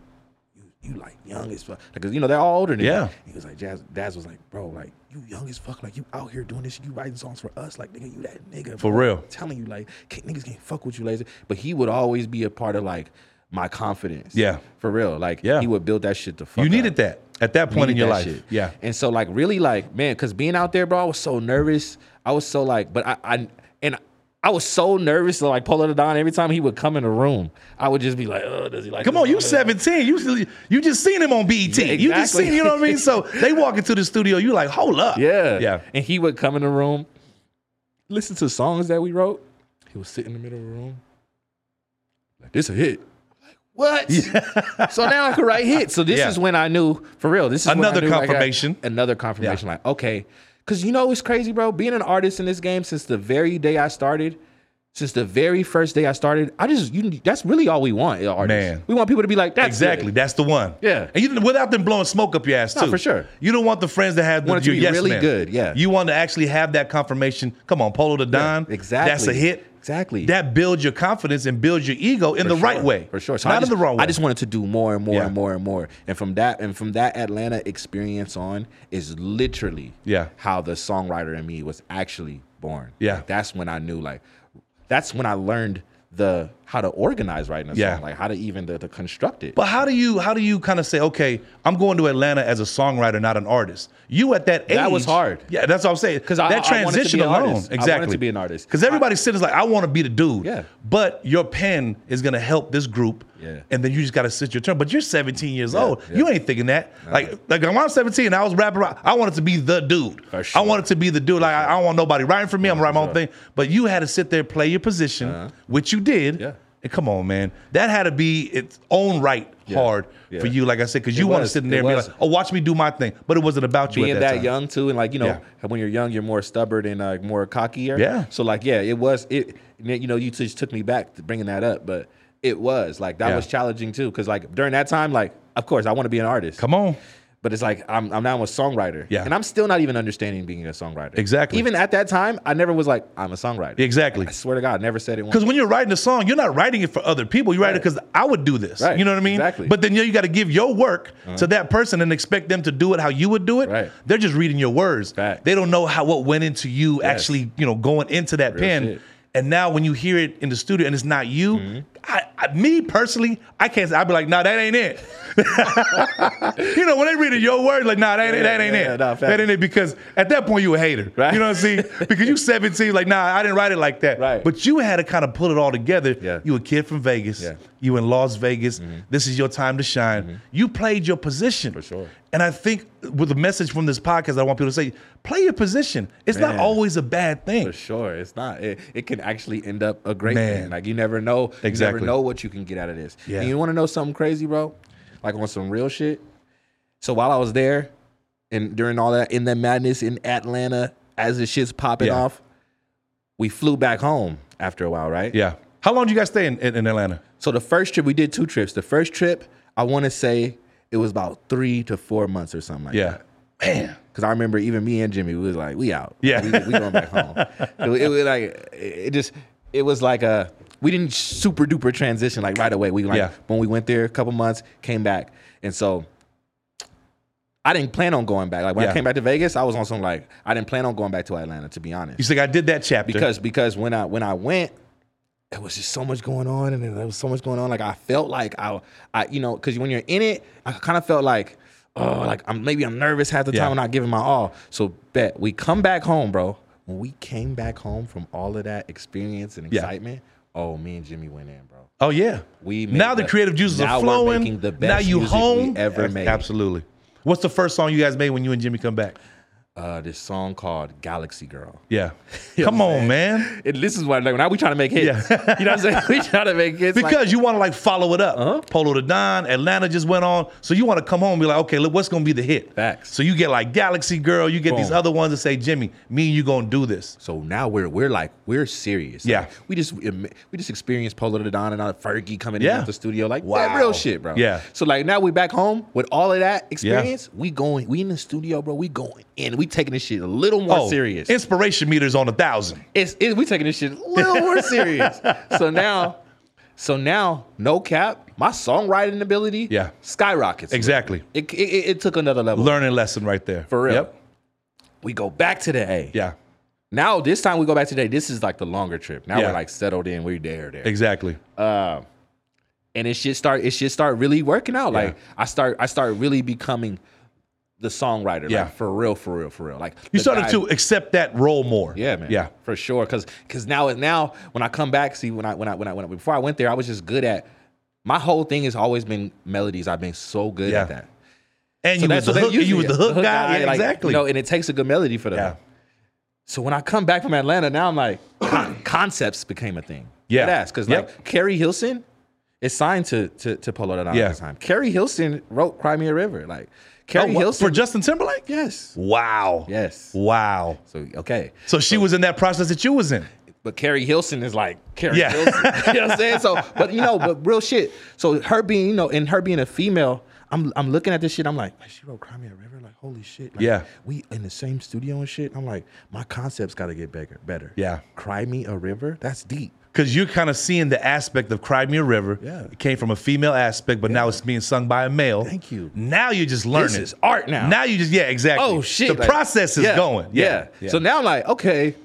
you, you like young as fuck. Because you know they're all older than Yeah. me. He was like, Jazz, Dad's was like, bro, like, you young as fuck. Like you out here doing this, shit. you writing songs for us. Like, nigga, you that nigga. For bro." real. telling you like can't, niggas can't fuck with you lazy. But he would always be a part of like my confidence. Yeah. for real. Like Yeah. he would build that shit to fuck. you needed up. that at that point in Needed your that life. shit. Yeah. and so like really like man, because being out there, bro, I was so nervous. I was so like, but I, I and. I was so nervous, like Polo the Don. Every time he would come in the room, I would just be like, "Oh, does he like?" Come this? on, you Oh, does he like 17. You you just seen him on BET. You just exactly. seen, you know what I mean? So they walk into the studio, you like, hold up. Yeah. Yeah. And he would come in the room, listen to songs that we wrote. He would sit in the middle of the room. Like, this a hit. What? so now I could write hits. So this Yeah. is when I knew, for real, this is when I Another knew, like, I- confirmation. another confirmation. Like, okay. Cause you know it's crazy, bro. Being an artist in this game since the very day I started, since the very first day I started, I just you that's really all we want, artists. Man. We want people to be like, that's Exactly, that's the one. Yeah. and you without them blowing smoke up your ass too. No, for sure. You don't want the friends that have Want it to your be yes really men. good, yeah. you want to actually have that confirmation. Come on, Polo to Don. exactly. That's a hit. Exactly. That builds your confidence and builds your ego in the For right sure, way, for sure. I not just, in the wrong way. I just wanted to do more and more Yeah. and more and more. And from that and from that Atlanta experience on is literally Yeah. how the songwriter in me was actually born. Yeah. Like, that's when I knew like that's when I learned the how to organize writing a Yeah. song, like how to even the, to construct it. But how do you how do you kind of say, okay, I'm going to Atlanta as a songwriter, not an artist? You at that age That was hard. Yeah, that's what I'm saying. Because I- that I- I wanted to transition be an alone, artist. I wanted exactly. to be an artist. Because everybody's sitting is like, I want to be the dude. Yeah. But your pen is gonna help this group. Yeah. And then you just gotta sit your turn. But you're 17 years old. yeah. You ain't thinking that. Like like when I was 17, I was rapping. around, I wanted to be the dude. For sure. I wanted to be the dude. Like I, I don't want nobody writing for me. I'm gonna write my own thing. But you had to sit there, play your position, which you did. Uh-huh. Yeah. And come on, man. That had to be its own right hard Yeah. for you, like I said, because you want to was. sit in It there and be was. like, oh, watch me do my thing. But it wasn't about you being at that, that, time. young too, and like you know, Yeah. when you're young, you're more stubborn and uh, more cockier. Yeah. So like, yeah, it was it. You know, you just took me back to bringing that up, but it was like that Yeah. was challenging too, because like during that time, like of course I want to be an artist, Come on. but it's like I'm I'm now a songwriter. Yeah. And I'm still not even understanding being a songwriter. Exactly. Even at that time, I never was like I'm a songwriter. Exactly. I swear to God, I never said it. Once. Because when you're writing a song, you're not writing it for other people. You write it Right. because I would do this. Right. You know what I mean? Exactly. Uh-huh. But then you, you got to give your work to that person and expect them to do it how you would do it. Right. They're just reading your words. Fact. They don't know how what went into you actually, you know, going into that pen. shit. Mm-hmm. And now when you hear it in the studio and it's not you, I, I, me personally, I can't. say- I'd be like, nah, that ain't it. you know, when they reading your words, like, nah, that ain't, that ain't yeah, it. yeah, nah, that facts. ain't it because at that point you a hater. Right. You know what I'm saying? because you 17, like, nah, I didn't write it like that. Right. But but you had to kind of pull it all together. Yeah. You a kid from Vegas. Yeah. Mm-hmm. You in Las Vegas. This is your time to shine. You played your position. For sure. And I think with the message from this podcast, I want people to say, play your position. It's not Man. always a bad thing. For sure, it's not. It, it can actually end up a great Man. thing. Like you never know. You Exactly. never know what you can get out of this. Yeah. And you want to know something crazy, bro? Like on some real shit. So while I was there, and during all that in that madness in Atlanta, as the shit's popping Yeah. off, we flew back home after a while, right? Yeah. How long did you guys stay in, in, in Atlanta? So the first trip, we did two trips. The first trip, I want to say it was about three to four months or something like that. Yeah. Man. Cause I remember even me and Jimmy, we was like, we out. Yeah. we, we going back home. So it was like, it just, it was like a, we didn't super duper transition like right away. We like Yeah. when we went there a couple months, came back, and so I didn't plan on going back. Like when Yeah. I came back to Vegas, I was on some like I didn't plan on going back to Atlanta to be honest You think I did that chapter. because because when I when I went, it was just so much going on, and there was so much going on. Like I felt like I I you know because when you're in it, I kind of felt like oh like I'm maybe I'm nervous half the time Yeah. I'm not giving my all. So bet we come back home, bro. When we came back home from all of that experience and Yeah. excitement, oh me and Jimmy went in, bro. oh, yeah. We made now the, the- creative juices now are we're flowing. making the now best you music we home. ever Ab- made. Absolutely. What's the first song you guys made when you and Jimmy come back? Uh, this song called Galaxy Girl. Yeah. come on, man. And this is why like now we trying to make hits. you know what I'm saying? We trying to make hits like- Uh-huh. Because you want to like follow it up. Polo to Don, Atlanta just went on. So you want to come home and be like, okay, look, what's going to be the hit? Facts. So you get like Galaxy Girl, you get these Boom. other ones that say, Jimmy, me and you going to do this. So now we're we're like we're serious. Yeah. Like, we just we just experienced Polo to Don and all Fergie coming Yeah. in at the studio like Wow. that real shit, bro. Yeah. So like now we back home with all of that experience. We going we in the studio, bro. We going in. We taking this shit a little more Oh, serious. It's, Inspiration meters on a thousand. it- we taking this shit a little more serious. So now, so now no cap, my songwriting ability Yeah. skyrockets. Exactly. It, it, it it took another level. Learning lesson right there. For real. Yep. We go back to the A. Yeah. Now this time we go back today. This is like the longer trip. Now Yeah. we're like settled in. We're there, there. Exactly. and it should start it should start really working out like i start i start really becoming the songwriter Yeah. like for real for real for real like You the started guy- to accept that role more. yeah man Yeah. for sure because because now now when i come back see when i when i when i when I, before i went there i was just good at my whole thing has always been melodies i've been so good Yeah. at that And so you, was the, what they hook, usually- you was the hook, guy. Yeah, like, exactly. you know, and it takes a good melody for that Yeah. so when i come back from atlanta now i'm like con- concepts became a thing Yeah. because Yep. like carrie hilson is signed to to, to polo Don Yeah. at the time carrie hilson wrote cry me a river like Oh, carrie what, hilson for Justin Timberlake? yes Wow. yes Wow. so okay So she was in that process that you was in. but Carrie Hilson is like Carrie Yeah. Hilson. you know what I'm saying? So, but you know, but real shit. So her being, you know, and her being a female, I'm I'm looking at this shit. I'm like, like, she wrote "Cry Me a River." Like, holy shit. Like, Yeah. We in the same studio and shit. I'm like, my concepts got to get bigger, better. Yeah. "Cry Me a River." That's deep. Because you're kind of seeing the aspect of Cry Me a River. Yeah. It came from a female aspect, but now it's being sung by a male. Thank you. Now you're just learning. is art now. Now you just, yeah, exactly. Oh shit. The Like, process is yeah, going. Yeah. Yeah. yeah. So now I'm like, okay,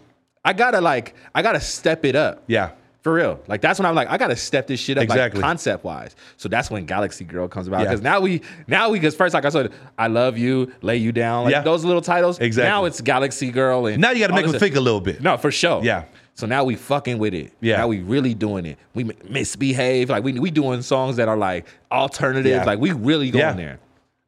I gotta like, I gotta step it up. Yeah. For real. Like that's when I'm like, I gotta step this shit up Exactly. like concept wise. So that's when Galaxy Girl comes about. Yeah. Because now we now we cause first like I said, I love you, lay you down, like Yeah. those little titles. Exactly. Now it's Galaxy Girl and Now you got to all make this them shit. think a little bit. No, for sure. Yeah. So now we fucking with it. Yeah. Now we really doing it. We m- misbehave. Like we we doing songs that are like alternative. Yeah. Like we really going Yeah. there.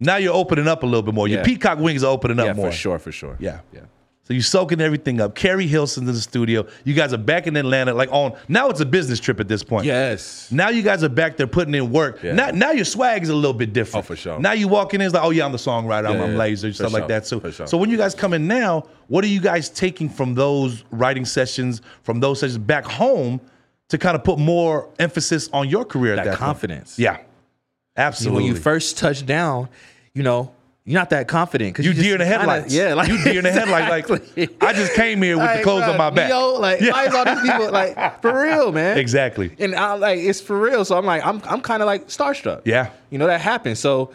Now you're opening up a little bit more. Your Yeah. peacock wings are opening up Yeah, more. for sure, for sure. Yeah. Yeah. So you're soaking everything up. Carrie Hilson's in the studio. You guys are back in Atlanta, like on now it's a business trip at this point. Yes. Now you guys are back there putting in work. Yeah. Now, now your swag's a little bit different. Oh, for sure. Now you walk in, it's like, oh yeah, I'm the songwriter. I'm, Yeah, I'm yeah, laser, for stuff like sure, that. So, for sure. so when you guys come in now, what are you guys taking from those writing sessions, from those sessions back home, to kind of put more emphasis on your career? at That that point? confidence. Yeah, absolutely. When you first touch down, you know, you're not that confident. 'cause You just deer in the kinda- headlights. yeah, like you deer in the headlights. Exactly. Like I just came here with the Like, clothes bruh, on my back. Yo, like why is all these people like for real, man? Exactly. And I'm like, it's for real. So I'm like, I'm I'm kind of like starstruck. Yeah. You know that happened. So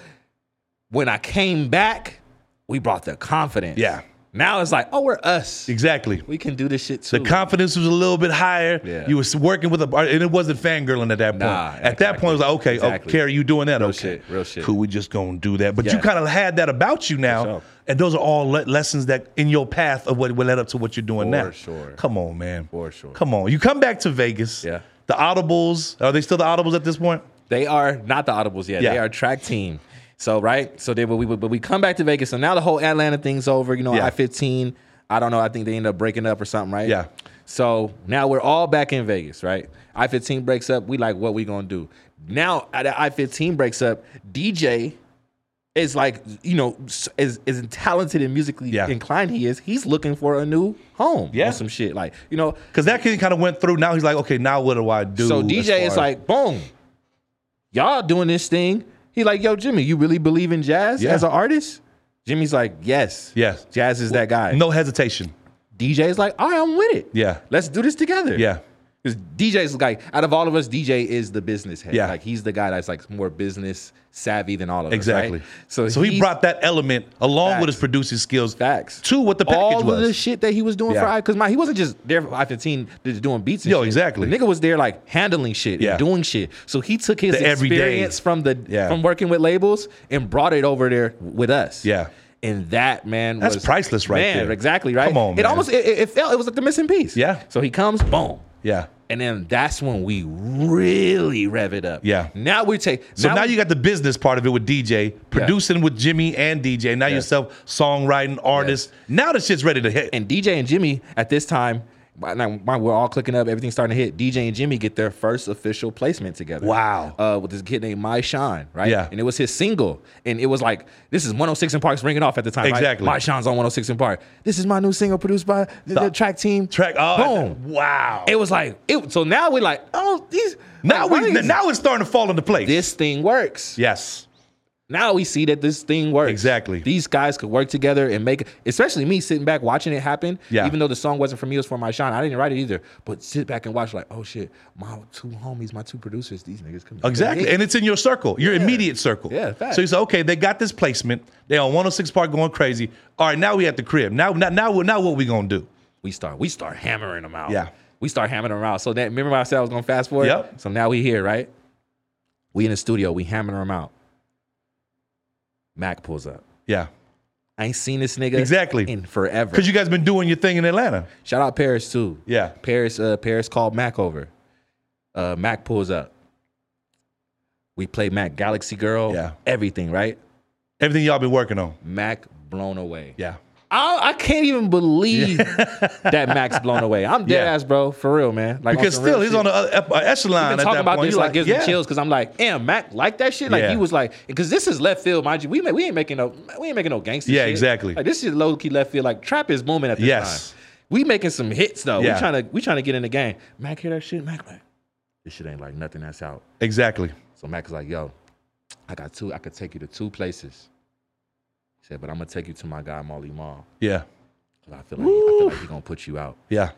when I came back, we brought the confidence. Yeah. Now it's like, oh, we're us. Exactly. We can do this shit too. The confidence was a little bit higher. Yeah. You was working with a, uh, and it wasn't fangirling at that point. Nah, at that point, it was like, okay, oh, Exactly. Carrie, you doing that? okay, shit, real shit. Cool, we just gonna do that. But you Yeah. kind of had that about you now, sure. and those are all le- lessons that in your path of what what led up to what you're doing For now. sure. Come on, man. For sure. Come on. You come back to Vegas. Yeah. The Audibles are they still the Audibles at this point? They are not the audibles yet. Yeah. They are a track team. So right. So they but we but we come back to Vegas. So now the whole Atlanta thing's over. You know, Yeah. I fifteen. I don't know. I think they end up breaking up or something, right? Yeah. So now we're all back in Vegas, right? I fifteen breaks up. We like what we gonna do now? I fifteen breaks up. DJ is like you know s- as as talented and musically Yeah. inclined he is. He's looking for a new home. Yeah. or some shit like you know. Because that kid kind of went through. Now he's like, okay, now what do I do? So as far DJ is as- like, boom, y'all doing this thing. He like, yo, Jimmy, you really believe in jazz Yeah. as an artist? Jimmy's like, yes, Yes. jazz is that guy. no hesitation. DJ is like, all right, I'm with it. Yeah. let's do this together. Yeah. because DJ is like, out of all of us, DJ is the business head. Yeah. like he's the guy that's like more business savvy than all of Exactly. us. Exactly. So, he he's- brought that element along with his Facts. producing skills facts to what the package all was. of the shit that he was doing Yeah. for I because my he wasn't just there for I fifteen just doing beats. And Yo, shit. exactly. The nigga was there like handling shit, and Yeah. doing shit. So he took his The everyday. experience from the Yeah. from working with labels and brought it over there with us. Yeah. And that man, That's was, priceless right man, there. Exactly right. Come on, it man. almost it, it, it felt it was like the missing piece. Yeah. So he comes, boom. yeah. And then that's when we really rev it up. Yeah. Now we take. So now, you got the business part of it with DJ, producing with Jimmy and DJ. Now Yes. yourself, songwriting, artist. Now the shit's ready to hit. and DJ and Jimmy at this time, by- now my- we're all clicking up, everything's starting to hit. DJ and Jimmy get their first official placement together. Wow. Uh, with this kid named My Sean, right? Yeah. And it was his single. And it was like, this is 106 and Park's ringing off at the time. right? Exactly. My Sean's on 106 and Park. This is my new single produced by the, the track team. Track. Oh, Boom. Wow. It was like, it, so now we're like, oh, these. now like, we why is- now it's starting to fall into place. This thing works yes. now we see that this thing works. Exactly. These guys could work together and make, especially me sitting back watching it happen. Yeah. Even though the song wasn't for me, it was for my shine. I didn't write it either. But sit back and watch, like, oh shit, my two homies, my two producers, these niggas can make a Exactly. hit. And it's in your circle, your immediate circle. Yeah, facts. So you say, okay, they got this placement. They on 106 Park going crazy. All right, now we at the crib. Now now now, what- now what we gonna do? we start, we start hammering them out. Yeah. We start hammering them out. So that remember when I said I was gonna fast forward? Yep. So now we here, right? We in the studio, we hammering them out. Mac pulls up. Yeah. I ain't seen this nigga Exactly. in forever. Because you guys been doing your thing in Atlanta. Shout out Paris too. Yeah. Paris, uh, Paris called Mac over. Uh, Mac pulls up. We play Mac Galaxy Girl. Yeah. Everything, right? Everything y'all been working on. Mac blown away. Yeah. I, I can't even believe that Mac's blown away. I'm dead Yeah. ass, bro. For real, man. Like on Because some still, real he's shit. on the other ep- uh, echelon I've at been talking that about point. this You're like gives yeah. me chills because I'm like, damn, Mac like that shit. Like Yeah. he was like, because this is left field, mind you. We ma- we ain't making no we ain't making no gangster. Yeah, shit. exactly. Like this is low key left field. Like trap is booming at this Yes. time. We making some hits though. Yeah. We trying to we trying to get in the game. Mac hear that shit. Mac like, this shit ain't like nothing that's out. Exactly. So Mac is like, yo, I got two. I could take you to two places. He said, but I'm gonna take you to my guy Molly Mall. Yeah. I feel like I feel like he gonna put you out. Yeah.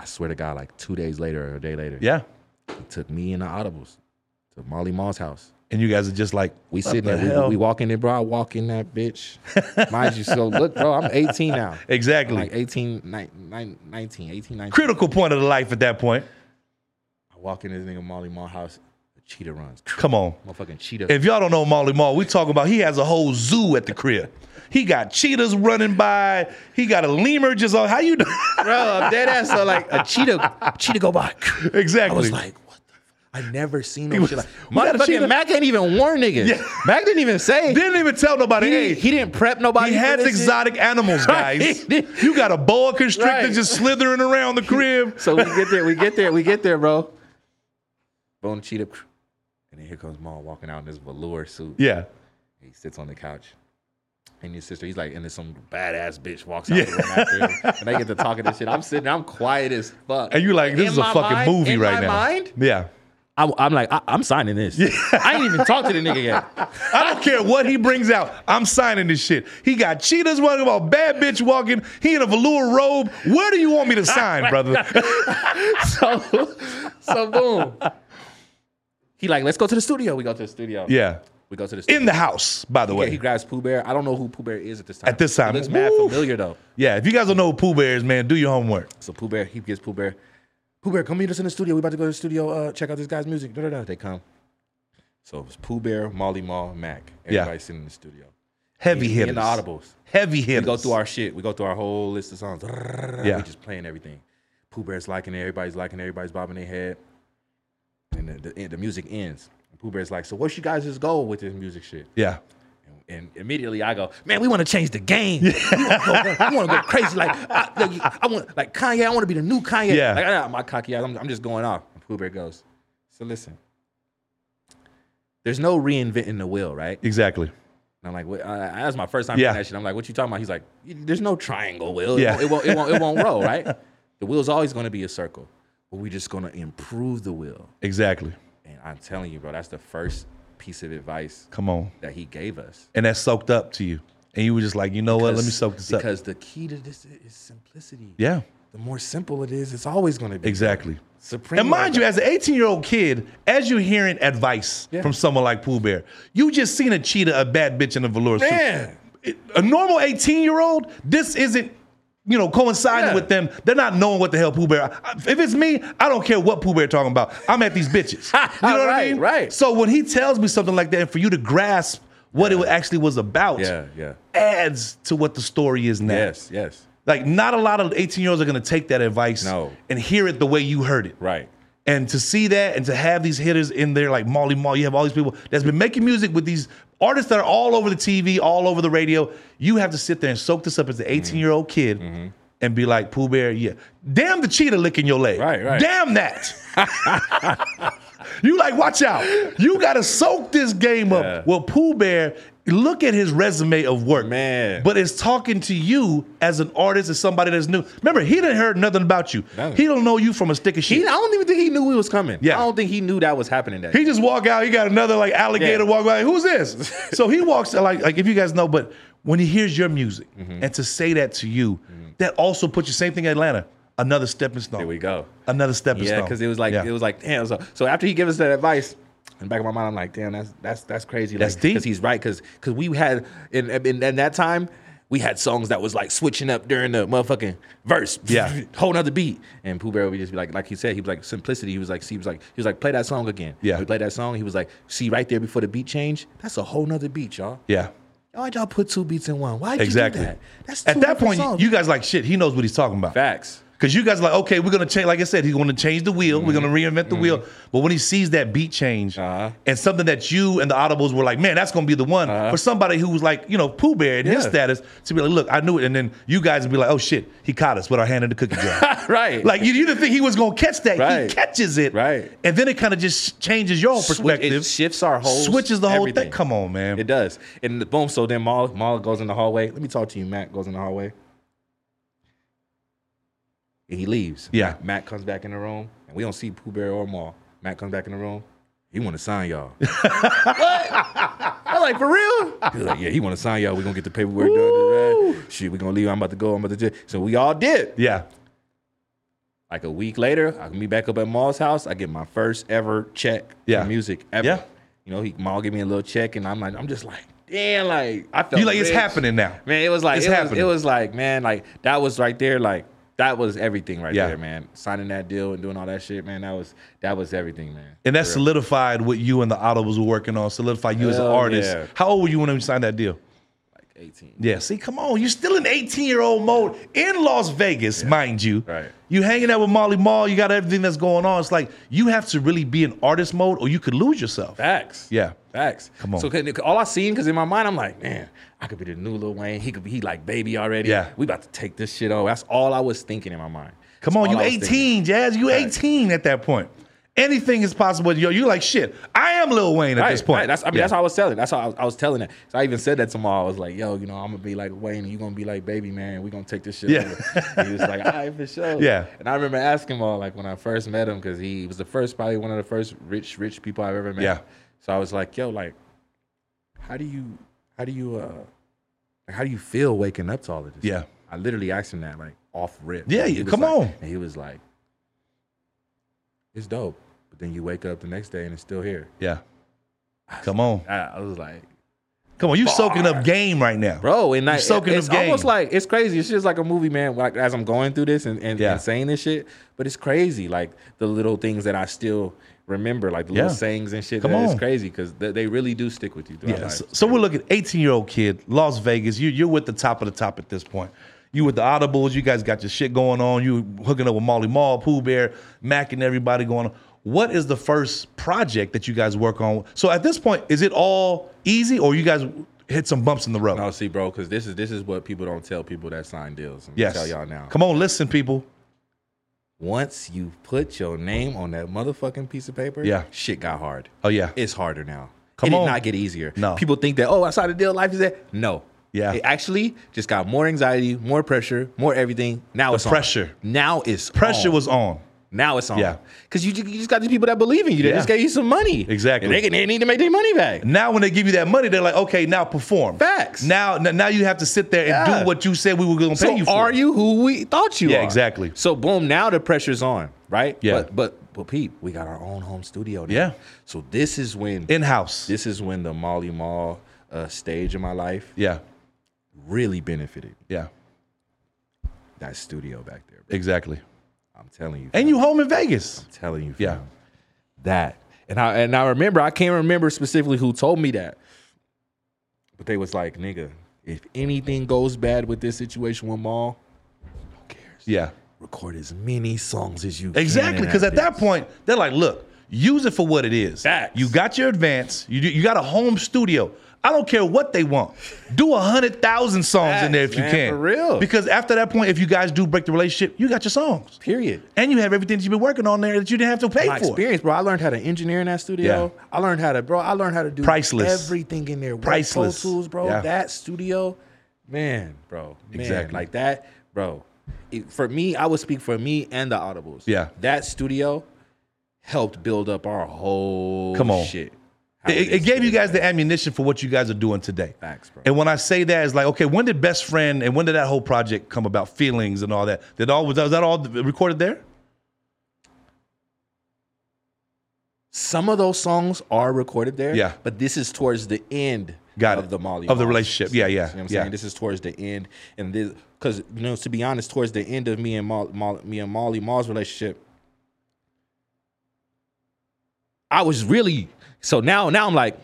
I swear to God, like two days later or a day later, Yeah. he took me and the Audibles to Molly Mall's house. And you guys are just like, We what sitting the there, hell? we, we walk in there, bro. I walk in that bitch. Mind you, so look, bro, I'm 18 now. exactly. Like 18, nine, nine, 19, 18, 19. Critical point of the life at that point. I walk in this nigga Molly Mall house, the cheetah runs. Come on. Motherfucking cheetah. If y'all don't know Molly Mall, we talking about he has a whole zoo at the crib. He got cheetahs running by. He got a lemur just on. How you do? bro, I'm dead ass. So like a cheetah, cheetah go by. exactly. I was like, what the fuck? I never seen no shit like we gotta cheat motherfucking him. Mac ain't even warn niggas. Mac didn't even say. Didn't even tell nobody. he, hey, didn't, he didn't prep nobody. He for has this shit. exotic animals, guys. Right. you got a boa constrictor Right. just slithering around the crib. So we get there, we get there, we get there, bro. Bone cheetah. And then here comes Maul walking out in this velour suit. Yeah. He sits on the couch. And his sister, he's like, and then some badass bitch walks out the room after him. And they get to talking this shit. I'm sitting, I'm quiet as fuck. And you like, this In is a my fucking mind- movie in right my now. mind, Yeah. I'm, I'm like, I, am signing this. I ain't even talked to the nigga yet. I don't care what he brings out. I'm signing this shit. He got cheetahs walking about, bad bitch walking. He in a velour robe. Where do you want me to sign, brother? So, so boom. He like, let's go to the studio. We go to the studio. yeah. We go to the studio. In the house, by the Yeah, way. he grabs Pooh Bear. I don't know who Pooh Bear is at this time. At this time. He looks mad Woo. familiar though. Yeah, if you guys don't know who Pooh Bear is, man, do your homework. So Pooh Bear, he gets Pooh Bear. Pooh Bear, come meet us in the studio. We about to go to the studio. Uh, check out this guy's music. Da, da, da. They come. So it was Pooh Bear, Molly Mall, Mac. Yeah. Everybody sitting in the studio. Heavy Me hitters. and the audibles. Heavy We hitters. go through our shit. We go through our whole list of songs. Yeah. We just playing everything. Pooh Bear's liking it. Everybody's liking it. Everybody's bobbing their head. And the, the, the music ends. Pooh Bear's like, so what's you guys' goal with this music shit? yeah. And immediately I go, man, we want to change the game. We want to go crazy. Like I, like, I want, like Kanye. I want to be the new Kanye. Yeah. Like I got my cocky ass. I'm, I'm just going off. And Pooh Bear goes. So listen, there's no reinventing the wheel, right? Exactly. And I'm like, what, uh, that was my first time Yeah. yeah. that shit. I'm like, what you talking about? He's like, there's no triangle wheel. Yeah. Yeah. It, won't, it won't. It won't roll, right? The wheel's always going to be a circle. But we just going to improve the wheel. Exactly. And I'm telling you, bro, that's the first piece of advice Come on. that he gave us. And that soaked up to you. And you were just like, you know what? Let me Because- soak this up. Because the key to this i- is simplicity. Yeah. The more simple it is, it's always going to be Exactly. supreme. And mind you, as an 18 year old kid, as you're hearing advice Yeah. from someone like Pooh Bear, you just seen a cheetah, a bad bitch in a velour Man. suit. It- A normal 18 year old, this isn't, you know, coinciding Yeah. with them. They're not knowing what the hell Pooh Bear. If it's me, I don't care what Pooh Bear talking about. I'm at these bitches. You know what I Right, mean? right. So when he tells me something like that, and for you to grasp what it actually was about, yeah, yeah, adds to what the story is now. yes, yes, Like, not a lot of 18 year olds are going to take that advice No. and hear it the way you heard it. right. And to see that and to have these hitters in there like Molly Mall, you have all these people that's been making music with these artists that are all over the TV, all over the radio. You have to sit there and soak this up Mm-hmm. as an 18 year old kid and be like, Pooh Bear, yeah. Damn the cheetah licking your leg. Right, right. Damn that. you like, watch out. You got to soak this game Yeah. up. Well, Pooh Bear, look at his resume of work. Man. But it's talking to you as an artist, as somebody that's new. Remember, he didn't heard nothing about you. Nothing. He don't know you from a stick of shit. He, I don't even think he knew we was coming. Yeah. I don't think he knew that was happening. That He just walk out. He got another like alligator Yeah. walk by. Who's this? so he walks like like if you guys know, but when he hears your music Mm-hmm. and to say that to you, that also puts you same thing in Atlanta. Another stepping stone. There we go. Another stepping Yeah, stone. because it was like Yeah. it was like damn. So, so after he gave us that advice, in the back of my mind, I'm like, damn, that's that's that's crazy. That's deep. Because he's right. Because because we had in, in in that time we had songs that was like switching up during the motherfucking verse. Yeah. whole nother beat. And Pooh Bear would just be like, like he said, he was like simplicity. He was like, he was like, he was like, play that song again. Yeah. we played that song. He was like, see right there before the beat change. That's a whole nother beat, y'all. yeah. Why'd y'all put two beats in one? Why'd Exactly. you do that? That's two At that different point, songs. you guys like shit. He knows what he's talking about. facts. Because you guys are like, okay, we're gonna change. Like I said, he's gonna change the wheel. We're gonna reinvent the wheel. But when he sees that beat change Mm-hmm. Uh-huh. and something that you and the audibles were like, man, that's gonna be the one for somebody who was like, you know, Pooh Bear in his Yeah. status to be like, look, I knew it. And then you guys would be like, oh shit, he caught us with our hand in the cookie jar. Right. Like you, you didn't think he was gonna catch that. Right. He catches it. Right. And then it kind of just changes your whole perspective. It shifts our whole switches the whole everything. thing. Come on, man. It does. And the- boom, so then Maul, Maul goes in the hallway. Let me talk to you. Matt goes in the hallway. And he leaves. Yeah. Matt comes back in the room. And we don't see Pooh Bear or Maul. Matt comes back in the room. He want to sign y'all. what? I'm like, for real? He's like, yeah, he want to sign y'all. we going to get the paperwork done. Right? Shit, we going to leave. I'm about to go. I'm about to. do-" So we all did. yeah. Like a week later, I can be back up at Maul's house. I get my first ever check Yeah. for music ever. Yeah. You know, he Maul gave me a little check, and I'm like, I'm just like, damn, like I felt You like it's rich. happening now. man. It was like It's it, was, happening. it was like man, like that was right there, like that was everything right Yeah. there, man. Signing that deal and doing all that shit, man. That was that was everything, man. And that solidified what you and the audibles were working on. Solidified you as an Hell artist. yeah. How old were you when you signed that deal? 18. Yeah, see, come on. You're still in 18 year old mode in Las Vegas, mind you. Right. You hanging out with Molly Mall, you got everything that's going on. It's like you have to really be in artist mode or you could lose yourself. Facts. Yeah. Facts. Come on. So 'cause- 'cause all I seen, because in my mind, I'm like, man, I could be the new Lil Wayne. He could be, he like baby already. Yeah. We about to take this shit over. That's all I was thinking in my mind. Come on, That's all you I was thinking. 18, Jazz. You 18 at that point. Anything is possible. Yo, you like shit. I am Lil Wayne at Right, this point. right. That's, I mean, Yeah. that's how I was telling. That's how I was, I was telling that. So I even said that to Ma. I was like, yo, you know, I'm gonna be like Wayne, and you gonna be like, baby man, we gonna take this shit. Yeah. Over. And he was like, all right, for sure. Yeah. And I remember asking Ma like when I first met him because he was the first, probably one of the first rich, rich people I've ever met. Yeah. So I was like, yo, like, how do you, how do you, uh, like, how do you feel waking up to all of this? Yeah. I literally asked him that like off rip. Yeah, And he yeah, was come like- on. And he was like, it's dope. But then you wake up the next day and it's still here. Yeah. Come on. I, I was like, Come on. You soaking up game right now. bro. And I, soaking it's up game. almost like it's crazy. It's just like a movie, man. Like as I'm going through this and, and, Yeah. and saying this shit, but it's crazy. Like the little things that I still remember, like the Yeah. little sayings and shit. Come that- on. It's crazy because they, they really do stick with you. Throughout Yeah. life. So, so we're looking 18 year old kid, Las Vegas. You, you're with the top of the top at this point. You with the Audibles. You guys got your shit going on. You hooking up with Molly Mall, Pooh Bear, Mac, and everybody going on. What is the first project that you guys work on? So at this point, is it all easy or you guys hit some bumps in the road? No, see, bro, because this is this is what people don't tell people that sign deals. I'm gonna yes. tell y'all now. Come on, listen, people. Once you put your name on that motherfucking piece of paper, Yeah. shit got hard. Oh, yeah. it's harder now. Come it did on. not get easier. No. People think that, oh, I signed a deal, life is that. No. Yeah. It actually just got more anxiety, more pressure, more everything. Now it's on. pressure. Now it's Pressure on. was on. now it's on. Yeah. Because you, ju- you just got these people that believe in you. They Yeah. just gave you some money. Exactly. And they, can- they need to make their money back. Now, when they give you that money, they're like, okay, now perform. Facts. Now, n- now you have to sit there and Yeah. do what you said we were going to So pay you for. are you who we thought you Yeah, are? exactly. So boom, now the pressure's on, right? Yeah. But but but Pete, we got our own home studio now. Yeah. So this is when in house? this is when the Molly Mall uh, stage in my life Yeah. really benefited. Yeah. that studio back there. bro. Exactly. I'm telling you. And you home in Vegas. I'm telling you. Yeah. fam. That. And I and I remember I can't remember specifically who told me that. But they was like, nigga, if anything goes bad with this situation with Maul, who cares? Yeah. Record as many songs as you can Exactly. in Because at that bitch. point, they're like, look, use it for what it is. Facts. You got your advance. You, do- you got a home studio. I don't care what they want. Do a hundred thousand songs in there if Facts, you man, can. for real. Because after that point, if you guys do break the relationship, you got your songs. period. And you have everything that you've been working on there that you didn't have to pay My for. experience, bro. I learned how to engineer in that studio. Yeah. I learned how to, bro. I learned how to do Priceless. everything in there. Wet Priceless. Pro tools, bro. Yeah. That studio, man, bro. Man, Exactly. Like that, bro. It- for me, I would speak for me and the audibles. Yeah. That studio helped build up our whole Come on. shit. How It, it- it is gave you today. guys the ammunition for what you guys are doing today. Facts, bro. And when I say that, it's like, okay, when did Best Friend and when did that whole project come about? Feelings and all that. Did all was that, was that all recorded there? Some of those songs are recorded there. Yeah. But this is towards the end Got of it. the Molly Of the Mall relationship. series. Yeah, yeah, You know what I'm yeah. saying? This is towards the end. And this because you know, to be honest, towards the end of me and Molly, me and Molly Mall's relationship, I was really so now now I'm like,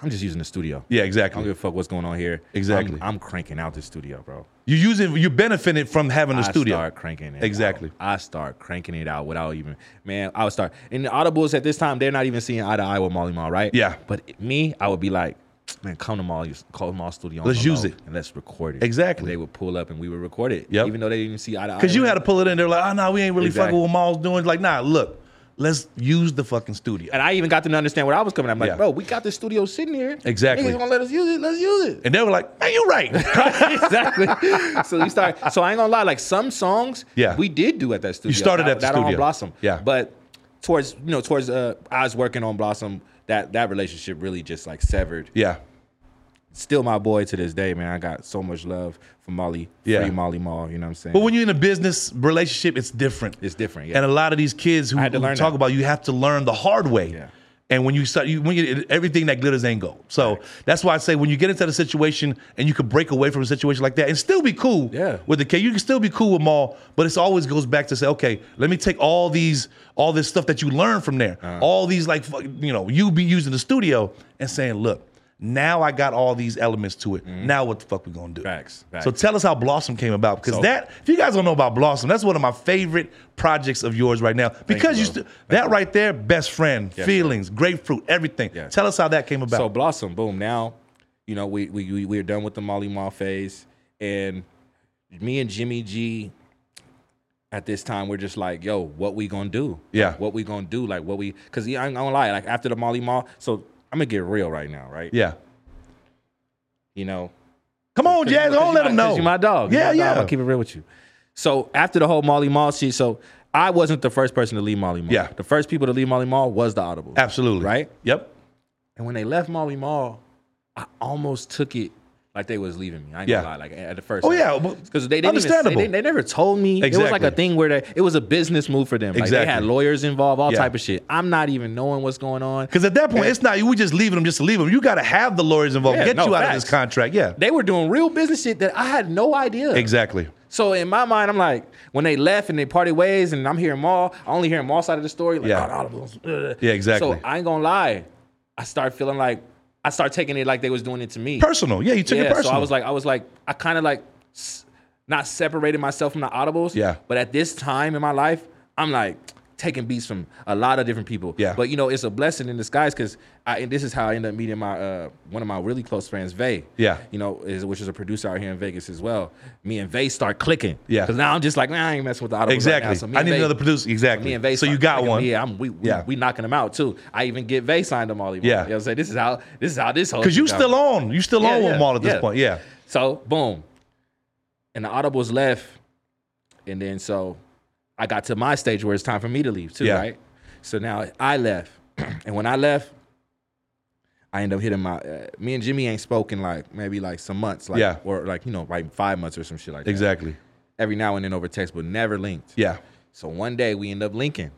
I'm just using the studio. Yeah, I don't exactly. give a fuck what's going on here. Exactly. I'm, I'm cranking out the studio, bro. You using you benefiting from having a I studio. start cranking it. Exactly. out. I start cranking it out without even man. I would start and the audibles at this time they're not even seeing eye to eye with Molly Mall, right? Yeah. But me, I would be like, man, come to Molly, call Mall Studio, on Let's the use low it. and let's record it. Exactly. And they would pull up and we would record it. Yep. Even though they didn't see eye to eye. Because you had to pull it in. They're like, oh no, we ain't really Exactly. fucking with Maul's doing. Like, nah, look, let's use the fucking studio. And I even got them to understand where I was coming. I'm like, Yeah. bro, we got this studio sitting here. Exactly. Niggas gonna let us use it. Let's use it. And they were like, man, you right. exactly. So we start. So I ain't gonna lie. Like some songs, Yeah. we did do at that studio. started that, at the that on studio. Blossom. Yeah. But towards you know towards uh, I was working on Blossom. That that relationship really just like severed. yeah. Still my boy to this day, man. I got so much love for Molly. Yeah. Free Molly Mall. You know what I'm saying? But when you're in a business relationship, it's different. it's different. Yeah. And a lot of these kids who, I had to who learn talk that. about you have to learn the hard way. Yeah. And when you start, you, when you, everything that glitters ain't gold. So that's why I say when you get into the situation and you can break away from a situation like that and still be cool Yeah. with the kid, you can still be cool with Maul, but it's always goes back to say, okay, let me take all these, all Uh-huh. this stuff that you learned from there, all these like, fuck- you know, you be using the studio and saying, look, Now I got all these elements to it. Mm-hmm. Now what the fuck we gonna do? Facts, facts. So tell us how Blossom came about because So- that if you guys don't know about Blossom, that's one of my favorite projects of yours right now because you, bro. st- that right there, best friend, feelings, grapefruit, everything. Yes. Tell us how that came about. So blossom, boom. Now, you know, we we we we're done with the Molly Mall phase, and me and Jimmy G. At this time, we're just like, yo, what we gonna do? Yeah. what we gonna do? Like, what we? Cause yeah, I ain't gonna lie. Like after the Molly Mall, so I'm gonna get real right now, right? yeah, You know, come on, Jazz, don't let them know. You my dog. You Yeah, my dog. yeah. I'm gonna keep it real with you. So after the whole Molly Mall shit, so I wasn't the first person to leave Molly Mall. Yeah. The first people to leave Molly Mall was the Audible. Absolutely. Right? Yep. And when they left Molly Mall, I almost took it like they was leaving me. I ain't Yeah. gonna lie, like at the first. Oh, yeah, well, because they didn't even say- understandable. they, they never told me. It was like Exactly. a thing where they, it was a business move for them. Like they had Exactly. lawyers involved, all Yeah. type of shit. I'm not even knowing what's going on. Because at that point, it's not we just leaving them just to leave them. You got to have the lawyers involved, Yeah, get no, you out of facts. this contract. Yeah, They were doing real business shit that I had no idea. exactly. So in my mind, I'm like, when they left and they parted ways, and I'm hearing Maul, I only hear Maul side of the story. Like, Yeah. "Oh, all of those, uh." Yeah, exactly. So I ain't gonna lie, I start feeling like I start taking it like they was doing it to me. Personal. Yeah, you took it yeah. personal. So I was like, I was like, I kind of like s- not separated myself from the audibles. Yeah. But at this time in my life, I'm like taking beats from a lot of different people. Yeah. But you know, it's a blessing in disguise because I and this is how I end up meeting my uh one of my really close friends, Vay. Yeah. You know, is which is a producer out here in Vegas as well. Me and Vay start clicking. Yeah. Because now I'm just like, nah, I ain't messing with the audibles. exactly. Right now. So me I and need Vay- another producer. Exactly. me and Vay so you start got clicking. one. Yeah, I'm we, we, Yeah. we knocking them out too. I even get Vay signed to Molly. Mall. Yeah. You know what I'm saying? This is how this is how this whole Because you shit got still on. You still Yeah, on yeah, with Maul at this yeah. point. Yeah. so boom, and the audibles left, and then so I got to my stage where it's time for me to leave too, Yeah. right? So now I left, and when I left, I end up hitting my. Uh, me and Jimmy ain't spoken like maybe like some months, like Yeah. or like you know like five months or some shit like that. Exactly. Every now and then over text, but never linked. Yeah. So one day we end up linking.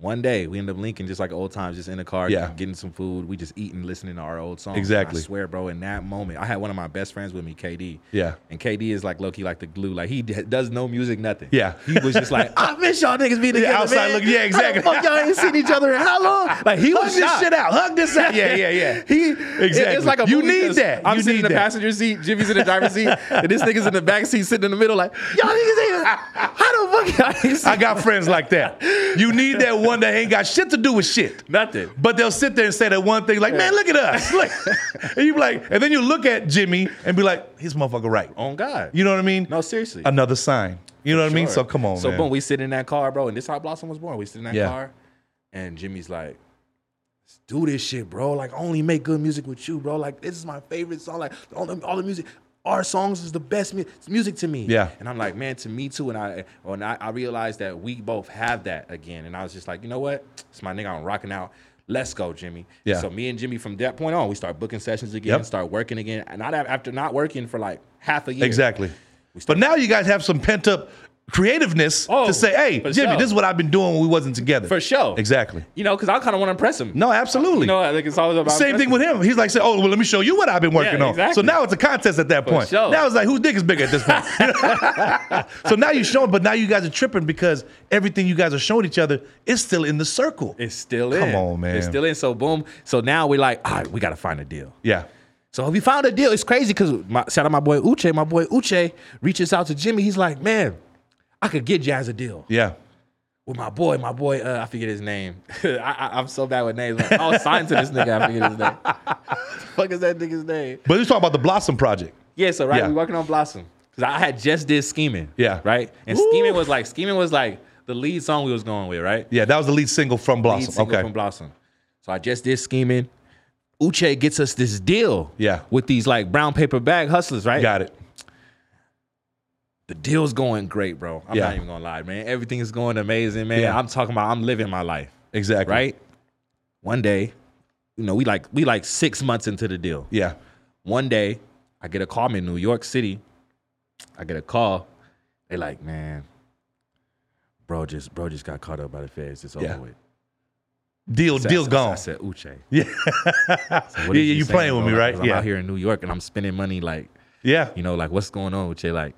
One day we end up linking just like old times, just in the car, Yeah. getting some food. We just eating, listening to our old songs. And Exactly. I swear, bro, in that moment, I had one of my best friends with me, KD. Yeah. And KD is like Loki, like the glue. Like he d- does no music, nothing. Yeah. He was just like, I miss y'all niggas being together. outside man. looking- yeah, How the exactly. fuck y'all ain't seen each other in how long? Like he Hug was this shocked. shit out. Hug this out. Yeah, yeah, yeah. He Exactly. It's like a You movie need 'cause that. I'm You sitting in need the that. passenger seat. Jimmy's in the driver's seat, and this nigga's in the back seat, sitting in the middle, like y'all niggas ain't. How the fuck y'all ain't seen I got friends like that. You need that one that ain't got shit to do with shit. nothing? But they'll sit there and say that one thing, like, man, look at us. Look. and you be like, and then you look at Jimmy and be like, his motherfucker right. On God. You know what I mean? no, seriously. Another sign. You know what I mean? Sure. So come on, So man. boom, we sit in that car, bro, and this is how Blossom was born. We sit in that Yeah. car, and Jimmy's like, "Let's do this shit, bro. Like, I only make good music with you, bro. Like, this is my favorite song. Like, all the, all the music." Our songs is the best mu- music to me. Yeah. and I'm like, man, to me too. And I, when I, I realized that we both have that again, and I was just like, you know what? It's my nigga. I'm rocking out. Let's go, Jimmy. Yeah. So me and Jimmy, from that point on, we start booking sessions again, Yep. start working again. And not after not working for like half a year. Exactly. But now you guys have some pent up creativeness Oh, to say, hey, for Jimmy, sure. this is what I've been doing when we wasn't together. For sure. Exactly. You know, because I kind of want to impress him. No, absolutely. You know, I think it's always about Same thing with him. He's like, say, oh, well, let me show you what I've been working Yeah, on. exactly. So now it's a contest at that point. sure. Now it's like, whose dick is bigger at this point? so now you're showing, but now you guys are tripping because everything you guys are showing each other is still in the circle. It's still in. Come on, man. It's still in. So boom. So now we're like, all right, we gotta find a deal. yeah. So we found a deal. It's crazy because my shout out my boy Uche. My boy Uche reaches out to Jimmy. He's like, man, I could get Jazz a deal Yeah. with my boy. My boy, uh, I forget his name. I, I, I'm so bad with names. Like, I was signed to this nigga. I forget his name. fuck is that nigga's name? But let's talk about the Blossom Project. Yeah. So right, Yeah. we working on Blossom because I had just did scheming. Yeah. Right. And scheming was like scheming was like the lead song we was going with. Right. Yeah, that was the lead single from lead Blossom. single okay. from Blossom. So I just did scheming. Uche gets us this deal. Yeah. With these like brown paper bag hustlers, right? Got it. The deal's going great, bro. I'm Yeah. not even gonna lie, man. Everything is going amazing, man. Yeah. I'm talking about I'm living my life, Exactly. right? One day, you know, we like we like six months into the deal. Yeah. One day, I get a call. I'm in New York City. I get a call. They like, man, bro, just bro just got caught up by the feds. It's over Yeah. with. Deal, So I deal said- gone. I said, Uche. Yeah. What yeah, is yeah, he you saying, playing with me, bro? Like, right? 'cause I'm Yeah. out here in New York and I'm spending money. Like, Yeah. you know, like what's going on with you? Like,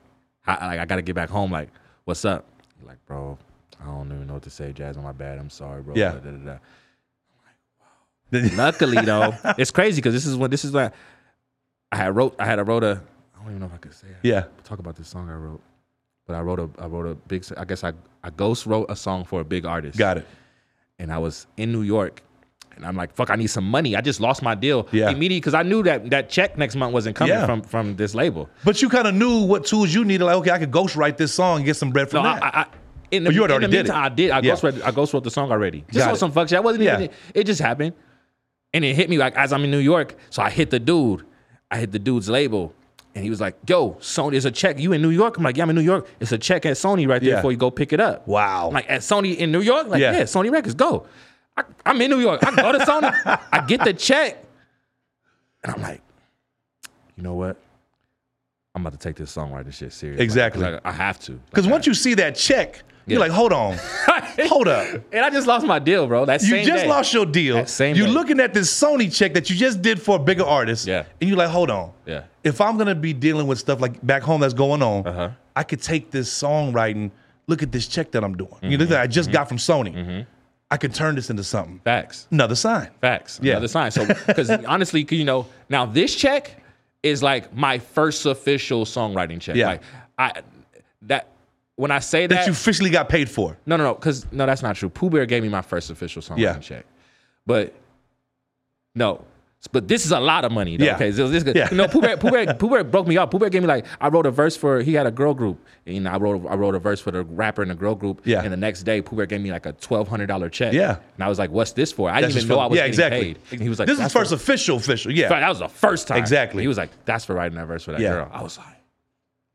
I, like I gotta get back home. Like, what's up? You're like, bro, I don't even know what to say, Jazz. On my bad. I'm sorry, bro. Yeah. Da, da, da, da. I'm like, wow. Luckily though, it's crazy because this is when this is when I had wrote I had I wrote a I don't even know if I could say it. Yeah. Talk about this song I wrote, but I wrote a I wrote a big I guess I I ghost wrote a song for a big artist. Got it. and I was in New York. And I'm like, fuck, I need some money. I just lost my deal Yeah. immediately because I knew that that check next month wasn't coming Yeah. from from this label. But you kind of knew what tools you needed. Like, okay, I could ghostwrite this song and get some bread No, from I, that. I, I in the, But you had in the already did meantime, it. I did. I Yeah. ghost wrote, I ghost wrote the song already. Just Got on it. some fuck shit. I wasn't Yeah. even. It just happened, and it hit me like as I'm in New York. So I hit the dude. I hit the dude's label, and he was like, "Yo, Sony, there's a check. You in New York?" I'm like, "Yeah, I'm in New York. It's a check at Sony right there Yeah. before you go pick it up." Wow. I'm like at Sony in New York. Like Yeah. yeah, Sony Records. Go. I, I'm in New York. I go to Sony. I get the check, and I'm like, you know what? I'm about to take this songwriting shit serious. Like, Exactly. like, I have to. Because Like, I- once you see that check, you're Yeah. like, hold on, hold up. And I just lost my deal, bro. That You same just day. lost your deal. That same You're day. looking at this Sony check that you just did for a bigger artist. Yeah. And you're like, hold on. Yeah. If I'm gonna be dealing with stuff like back home that's going on, Uh-huh. I could take this songwriting. Look at this check that I'm doing. You Mm-hmm. know that I just got from Sony. I could turn this into something. Facts. Another sign. Facts. Yeah. Yeah. Another sign. So, because honestly, 'cause, you know, now this check is like my first official songwriting check. Yeah. Like I that when I say That that, you officially got paid for. no, no, no, because no, that's not true. Pooh Bear gave me my first official songwriting Yeah. check, but no. But this is a lot of money. Though, Yeah. Okay. So this is, Yeah. You know, Pooh Bear, Pooh Bear, Pooh Bear broke me up. Pooh Bear gave me like I wrote a verse for he had a girl group, and I wrote I wrote a verse for the rapper and the girl group. Yeah. And the next day, Pooh Bear gave me like a twelve hundred dollar check. Yeah. And I was like, "What's this for?" I didn't That's even just know for- I was yeah, getting exactly. paid. And he was like, "This is "That's for- first official, official." Yeah. That was the first time. Exactly. He was like, "That's for writing that verse for that Yeah. girl." I was like,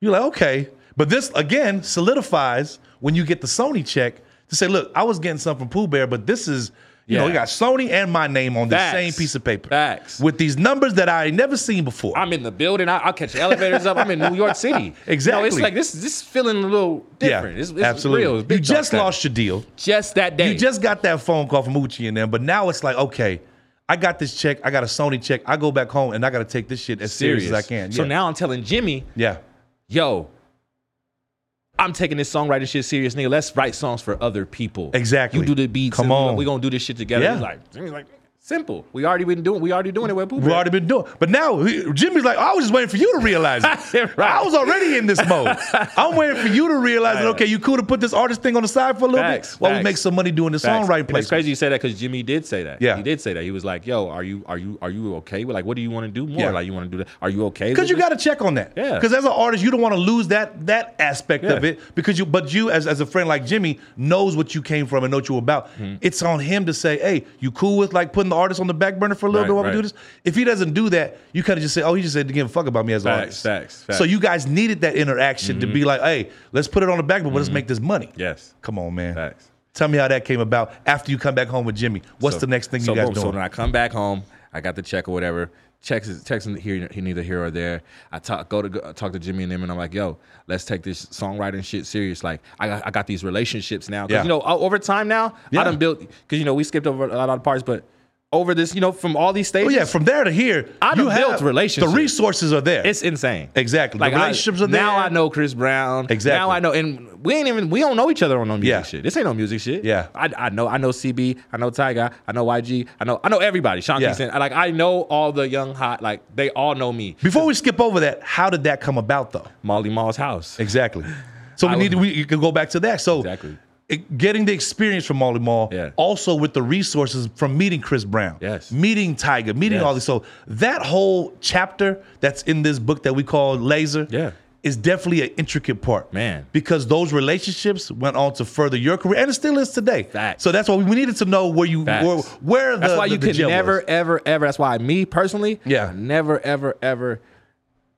You're like, okay. But this again solidifies when you get the Sony check to say, look, I was getting something from Pooh Bear, but this is, you know, Yeah. you got Sony and my name on the Facts. same piece of paper. Facts. With these numbers that I ain't never seen before. I'm in the building. I, I'll catch the elevators up. I'm in New York City. Exactly. No, it's like this. This is feeling a little different. It's, it's absolutely. real. It's big you just dog lost your deal. stuff. just that day. You just got that phone call from Uchi and them, but now it's like, okay, I got this check. I got a Sony check. I go back home and I got to take this shit as serious, as I can. So yeah. now I'm telling Jimmy, yeah, yo, I'm taking this songwriting shit serious, nigga. Let's write songs for other people. Exactly. You do the beats. Come and we- on. We gonna do this shit together. Yeah. He's like, Jimmy's like, simple. We already been doing. We already doing it with Pooh. We've Bear. already been doing. But now he- Jimmy's like, I was just waiting for you to realize it. Right. I was already in this mode. I'm waiting for you to realize that, okay, you cool to put this artist thing on the side for a little Facts, bit while we facts. make some money doing this Facts. songwriting And It's place. crazy you say that because Jimmy did say that. Yeah. he did say that. He was like, "Yo, are you are you are you okay? with Like, what do you want to do more? Yeah. Like, you want to do that? Are you okay? Because with you this? got to check on that. Yeah. Because as an artist, you don't want to lose that that aspect of Yeah. it. Because you, but you as, as a friend like Jimmy knows what you came from and know what you're about. Mm-hmm. It's on him to say, hey, you cool with like putting the artist on the back burner for a little Right, bit while we do right. this? If he doesn't do that, you kind of just say, oh, he just said to give a fuck about me as an Facts, artist. facts, facts. So Mm-hmm. you guys needed that interaction to be like, hey, let's put it on the back burner, but let's make this money. yes. Come on, man. Mm-hmm. Facts. Tell me how that came about after you come back home with Jimmy. What's So- the next thing so you guys boom, So doing? when I come back home, I got the check or whatever. Checks is checks is here, he neither here or there. I talk go to go, talk to Jimmy and them, and I'm like, yo, let's take this songwriting shit serious. Like, I got, I got these relationships now. 'Cause, Yeah. you know, o- over time now, Yeah. I done built because you know we skipped over a lot of parts, but over this, you know, from all these Oh stages, yeah, from there to here, I done you have built relationships. The resources are there. it's insane. Exactly. the I- relationships are there. now I know Chris Brown. Exactly. Now I know, and we ain't even we don't know each other on no music Yeah. shit. This ain't no music shit. Yeah. I, I know I know CB. I know Tyga. I know YG. I know I know everybody. Sean Yeah. Kingston. I- Like I know all the young hot. Like they all know me. Before we skip over that, how did that come about though? Molly Mall's house. Exactly. So we I need to, was- we you can go back to that. So Exactly. it- getting the experience from Molly Mall, Yeah. also with the resources from meeting Chris Brown, Yes. meeting Tiger, meeting Yes. all this. So that whole chapter that's in this book that we call Laser, Yeah. is definitely an intricate part, Man. because those relationships went on to further your career, and it still is today. Facts. So that's why we needed to know where you Facts. where, where the that's why the- you the can gem was. never ever ever. That's why me personally. Yeah. I never ever ever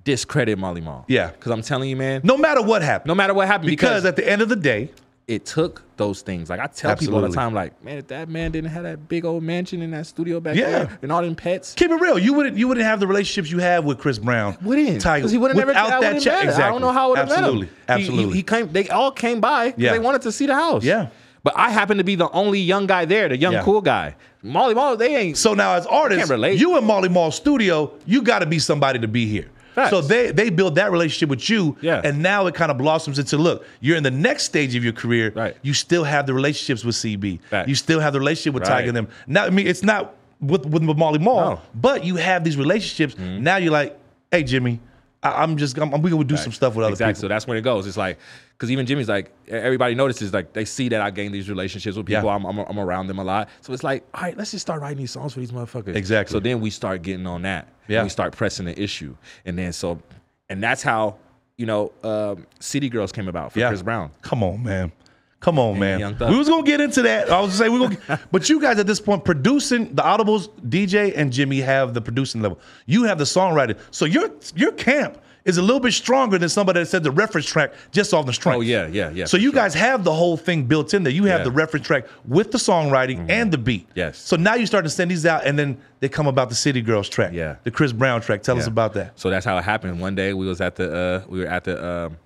discredit Molly Mall. Yeah. Because I'm telling you, man. no matter what happened, No matter what happened, because at the end of the day, it took those things. Like I tell people all Absolutely. the time, like, man, if that man didn't have that big old mansion in that studio back Yeah. there and all them pets, keep it real. You wouldn't you wouldn't have the relationships you have with Chris Brown. wouldn't Tiger because he wouldn't never without I that wouldn't check. met him. Exactly. I don't know how it would have met him. Absolutely. Absolutely. He, he, he came. They all came by. 'cause Yeah. They wanted to see the house. Yeah. But I happened to be the only young guy there, the young Yeah. cool guy. Molly Molly, they ain't. so now as artists, can't relate. you and Molly Mall Studio, you got to be somebody to be here. Facts. So they they build that relationship with you, Yeah. and now it kind of blossoms into look. You're in the next stage of your career. Right. You still have the relationships with CB. Facts. You still have the relationship with Right. Tiger and them. Now, I mean, it's not with with Molly Mall, No. but you have these relationships. Mm-hmm. Now you're like, hey Jimmy, I, I'm just I'm, we gonna do some stuff with other exactly. So that's when it goes. It's like because even Jimmy's like e-, everybody notices like they see that I gain these relationships with people. Yeah. I'm, I'm I'm around them a lot. So it's like all right, let's just start writing these songs for these motherfuckers. Exactly. So then we start getting on that. Yeah. And we start pressing the issue, and then so and that's how you know um, City Girls came about for Yeah. Chris Brown. people. Come on, man. Come on, Young man. Thug. We was gonna get into that. I was gonna say we gonna, but you guys at this point producing the audibles, DJ and Jimmy have the producing level. You have the songwriting, so your your camp is a little bit stronger than somebody that said the reference track just off the strength. Oh yeah, yeah, yeah. So for you sure. guys have the whole thing built in there. You have Yeah. Mm-hmm. the reference track with the songwriting and the beat. Yes. So now you start to send these out, and then they come about the City Girls track. Yeah. The Chris Brown track. Tell us Yeah. about that. So that's how it happened. One day we was at the uh we were at the um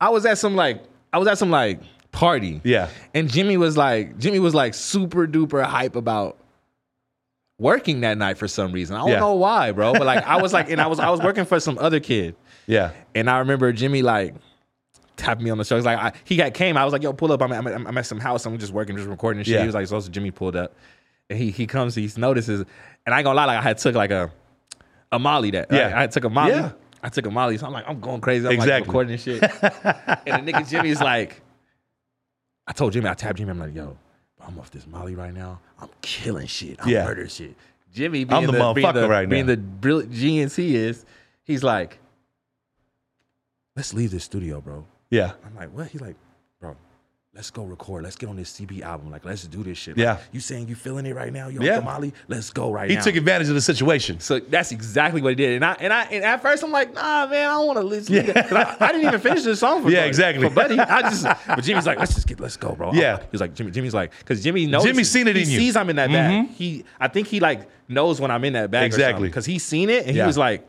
I was at some like I was at some like party. Yeah. And Jimmy was like Jimmy was like super duper hype about working that night for some reason. I don't Yeah. know why, bro. But like I was like and I was I was working for some other kid. Yeah. And I remember Jimmy like tapped me on the shoulder. He's like, I, he got came. I was like, yo, pull up. I'm, I'm, I'm at some house. I'm just working, just recording and shit. Yeah. He was like, so Jimmy pulled up. And he he comes, he notices. And I ain't gonna lie, like I had took like a a molly that. Yeah. I, I had took a molly. Yeah. I took a molly. So I'm like, I'm going crazy. I'm like Exactly. recording and shit. and the nigga Jimmy's like, I told Jimmy, I tapped Jimmy. I'm like, yo, I'm off this molly right now. I'm killing shit. I'm Yeah. murder shit. Jimmy being I'm the being motherfucker right now. Being the brilliant genius he is, he's like, let's leave this studio, bro. Yeah. I'm like, what? He's like, bro, let's go record. Let's get on this CB album. Like, let's do this shit. Yeah. Like, you saying you feeling it right now? Yo, Yeah. yeah. Molly, let's go right He now. took advantage of the situation. So that's exactly what he did. And I and I and at first I'm like, nah, man, I don't want to listen. I, I didn't even finish this song for Yeah, Buddy- exactly. For Buddy, I just. But Jimmy's like, let's just get, let's go, bro. Yeah. He's like, Jimmy. Jimmy's like, because Jimmy knows. Jimmy's seen it he in you. Mm-hmm. Sees I'm in that bag. He, I think he like knows when I'm in that bag. Exactly. Because he's seen it and Yeah. he was like,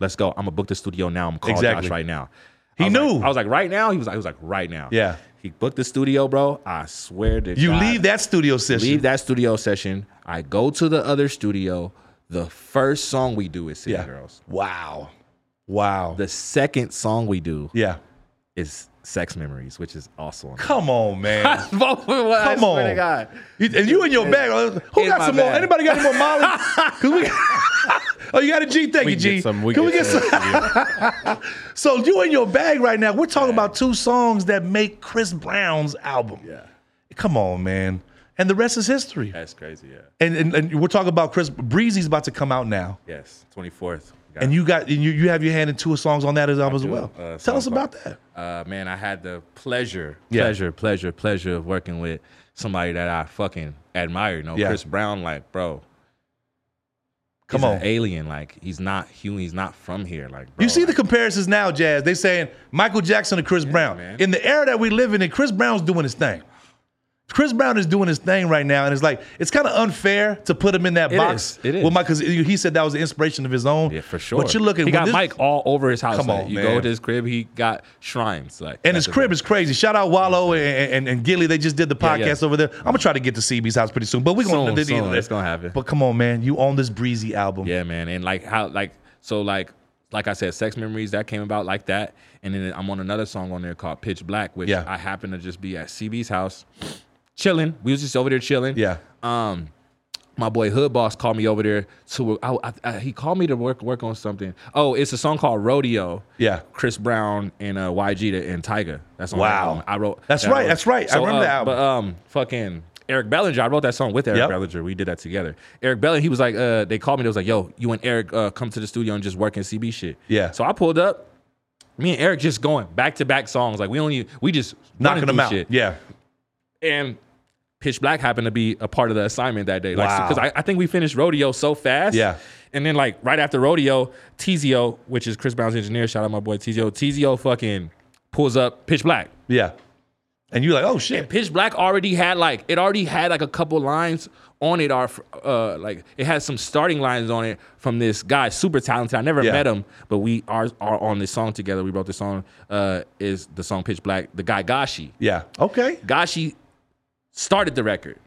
let's go. I'm gonna book the studio now. I'm calling Exactly. Josh right now. He I was like- knew. I was like, right now. He was like, he was like, right now. Yeah. He booked the studio, bro. I swear to You God leave that studio session. leave that studio session. I go to the other studio. The first song we do is City Yeah. Girls. Wow. Wow. The second song we do yeah. is Sex Memories, which is also on. Come on, man. Come on, Come on. You- and you in your bag. uh, Who in got my some more? bag. Anybody got any more Molly? Cause we, oh, you got a G. Thank We you, can G. get some. We Can can get some. So you in your bag right now. We're talking about two songs that make Chris Brown's album. Yeah. Come on, man. And the rest is history. That's crazy. Yeah. And, and, and we're talking about Chris Breezy's about to come out now. Yes. Twenty fourth. And you got and you, you have your hand in two songs on that album as do, well. uh, Tell us song about that. uh, man, I had the pleasure, Yeah. pleasure, pleasure, pleasure of working with somebody that I fucking admire. You know, Yeah. Chris Brown, like, bro. Come he's on. an alien. Like, he's not human. He's not from here. Like, bro, You see the like, comparisons now, Jazz. They saying Michael Jackson and Chris Brown. man. In the era that we live in, and Chris Brown's doing his thing. Chris Brown is doing his thing right now, and it's like it's kind of unfair to put him in that It box. is, it is. Well, Michael, he said that was the inspiration of his own. Yeah, for sure. But you're looking. He when got this- Mike all over his house. Come like, on, you man. go to his crib, he got shrines. Like, And his that's the crib thing. is crazy. Shout out Wallow and, and, and Gilly. They just did the Yeah, yeah. podcast over there. I'm gonna try to get to CB's house pretty soon, but we're gonna Soon, do the- soon. It's gonna happen. But come on, man, you own this breezy album. Yeah, man. And like how, like so, like like I said, sex memories that came about like that. And then I'm on another song on there called Pitch Black, which Yeah. I happened to just be at CB's house, chilling. We was just over there chilling. Yeah. Um, my boy Hood Boss called me over there to. I, I, I, he called me to work work on something. Oh, it's a song called Rodeo. Yeah. Chris Brown and uh, YG to- and Tyga. That's on that Wow. album. I wrote. That's that right, I wrote. that's right. I remember uh, that album. But um, fucking Eric Bellinger. I wrote that song with Eric Yep. Bellinger. We did that together. Eric Bellinger. He was like, uh, they called me. They was like, yo, you and Eric uh, come to the studio and just work in CB shit. Yeah. So I pulled up. Me and Eric just going back to back songs. Like we only we just knocking them running through out. Shit Yeah, and Pitch Black happened to be a part of the assignment that day. Like, Wow. because I, I think we finished Rodeo so fast. Yeah. And then, like, right after Rodeo, Tizio, which is Chris Brown's engineer, shout out my boy Tizio, Tizio fucking pulls up Pitch Black. yeah. And you're like, oh shit. Pitch Black already had, like, it already had, like, a couple lines on it. Are uh, like, it has some starting lines on it from this guy, super talented. I never Yeah. met him, but we are, are on this song together. We wrote this song, uh, is the song Pitch Black, the guy Gashi. Yeah. Okay. Gashi started the record.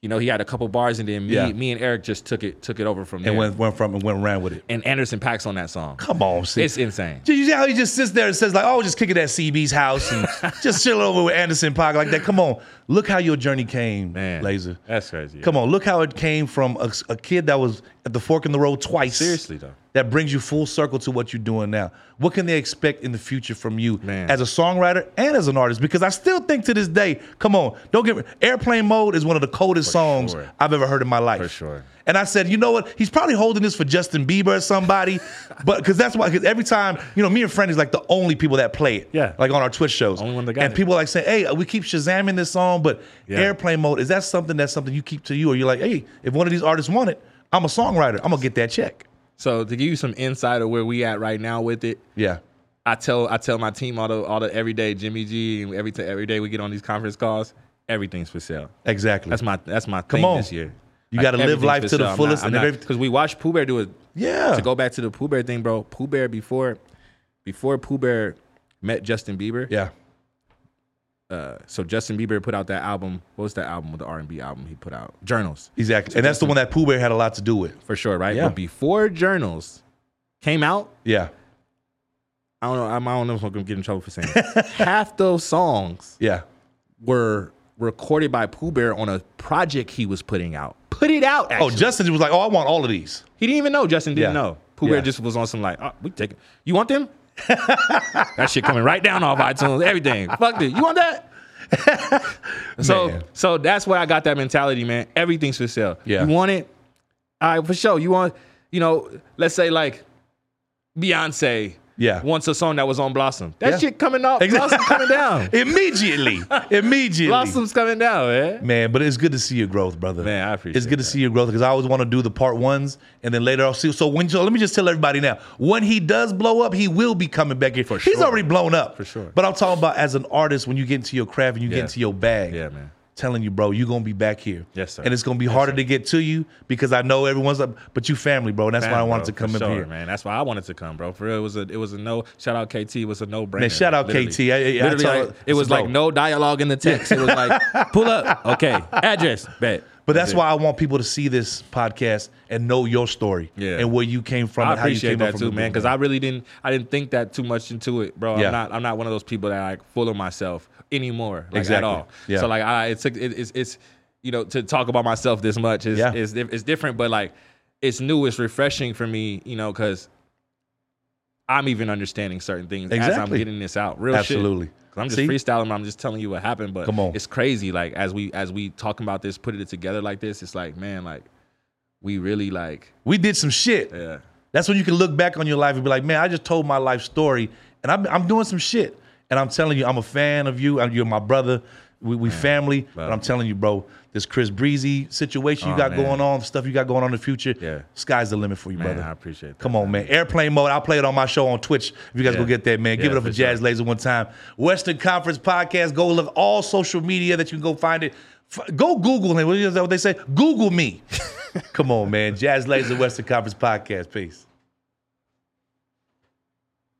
You know, he had a couple bars, and then me, Yeah. me and Eric just took it took it over from there. and And, went, went from and went around with it. Anderson Pax on that song. Come on, see. It's insane. Did you see how he just sits there and says like, "Oh, just kick it at CB's house and just chill over with Anderson Park like that"? Come on, look how your journey came, Man, Laser. That's crazy. Come on, look how it came from a, a kid that was at the fork in the road twice. Seriously, though. that brings you full circle to what you're doing now. What can they expect in the future from you Man. as a songwriter and as an artist? Because I still think to this day, come on, don't get airplane mode is one of the coldest songs sure. I've ever heard in my life. For sure. And I said, you know what? He's probably holding this for Justin Bieber or somebody, but because that's why. Because every time, you know, me and Franny's like the only people that play it. Yeah. Like on our Twitch shows. Only one that got And it. people like saying, hey, uh, we keep shazamming this song, but Yeah. airplane mode is that something that's something you keep to you, or you're like, hey, if one of these artists want it, I'm a songwriter, I'm gonna get that check. So to give you some insight of where we at right now with it, Yeah. I tell I tell my team all the all the everyday Jimmy G and every t- every day we get on these conference calls, everything's for sale. Exactly. That's my that's my thing on. this year. You gotta live life to the fullest and everyth- because we watched Pooh Bear do it. Yeah. To go back to the Pooh Bear thing, bro. Pooh Bear before before Pooh Bear met Justin Bieber. yeah. Uh, so Justin Bieber put out that album. What was that album? with The R and B album he put out. Journals Exactly. And that's the one that Pooh Bear had a lot to do with. for sure, right? Yeah. But before Journals came out, Yeah. I don't know. I'm- I don't know if I'm gonna get in trouble for saying it. half those songs Yeah. were recorded by Pooh Bear on a project he was putting out. Put it out. Oh, Actually. Justin was like, oh, I want all of these. He didn't even know. Justin didn't Yeah. know. Pooh Bear Yeah. just was on some like, oh, we take it. You want them? that shit coming right down off iTunes. Everything. Fuck this. You want that? so Man. so that's where I got that mentality, man. Everything's for sale. Yeah. You want it? All right, for sure. You want, you know, let's say like Beyonce Yeah. wants a song that was on Blossom. That Yeah. shit coming up. Exactly. Blossom coming down. Immediately. Immediately. Blossom's coming down, man. Man, but it's good to see your growth, brother. Man, I appreciate It's good that. to see your growth because I always want to do the part ones and then later I'll see. So when so let me just tell everybody now, when he does blow up, he will be coming back here. For He's sure. already blown up. For sure. But I'm talking about as an artist, when you get into your craft and you Yeah. get into your bag. Yeah, man. Telling you, bro, you're gonna be back here. Yes, sir. And it's gonna be harder to get to you because I know everyone's up, but you family, bro. And that's why I Damn, wanted bro, to come for up sure, here. man. That's why I wanted to come, bro. For real, it was a it was a no. Shout out KT, it was a no brainer. Man, shout out KT. I- I- I told- it was bro. like no dialogue in the text. It was like pull up, okay, address, bet. But that's why I want people to see this podcast and know your story Yeah. and where you came from. I and how you appreciate came up that from too, the man. Because I really didn't I didn't think that too much into it, bro. Yeah. I'm not I'm not one of those people that like full of myself anymore, like, Exactly. at all. Yeah. So like I it took it, it's it's you know to talk about myself this much is Yeah. is di- is different, but like it's new, it's refreshing for me, you know, because. I'm even understanding certain things as I'm Exactly. getting this out. Real Absolutely. shit. 'Cause I'm just See? freestyling. I'm just telling you what happened. But Come on. it's crazy. Like as we as we talking about this, putting it together like this, it's like man, like we really like we did some shit. yeah. That's when you can look back on your life and be like, man, I just told my life story and I'm, I'm doing some shit. And I'm telling you, I'm a fan of you. and You're my brother. We, we family. But I'm telling you, bro, this Chris Breezy situation you got Oh, man. going on, stuff you got going on in the future, Yeah. sky's the limit for you, Man, brother. I appreciate that. Come on, man. Airplane mode. I'll play it on my show on Twitch. If you guys Yeah. go get that, man. Give Yeah, it up for for sure. Jazz Laser one time. Western Conference Podcast. Go look all social media that you can go find it. F- Go Google him. What is that what they say? Google me. Come on, man. Jazz Laser Western Conference Podcast. Peace.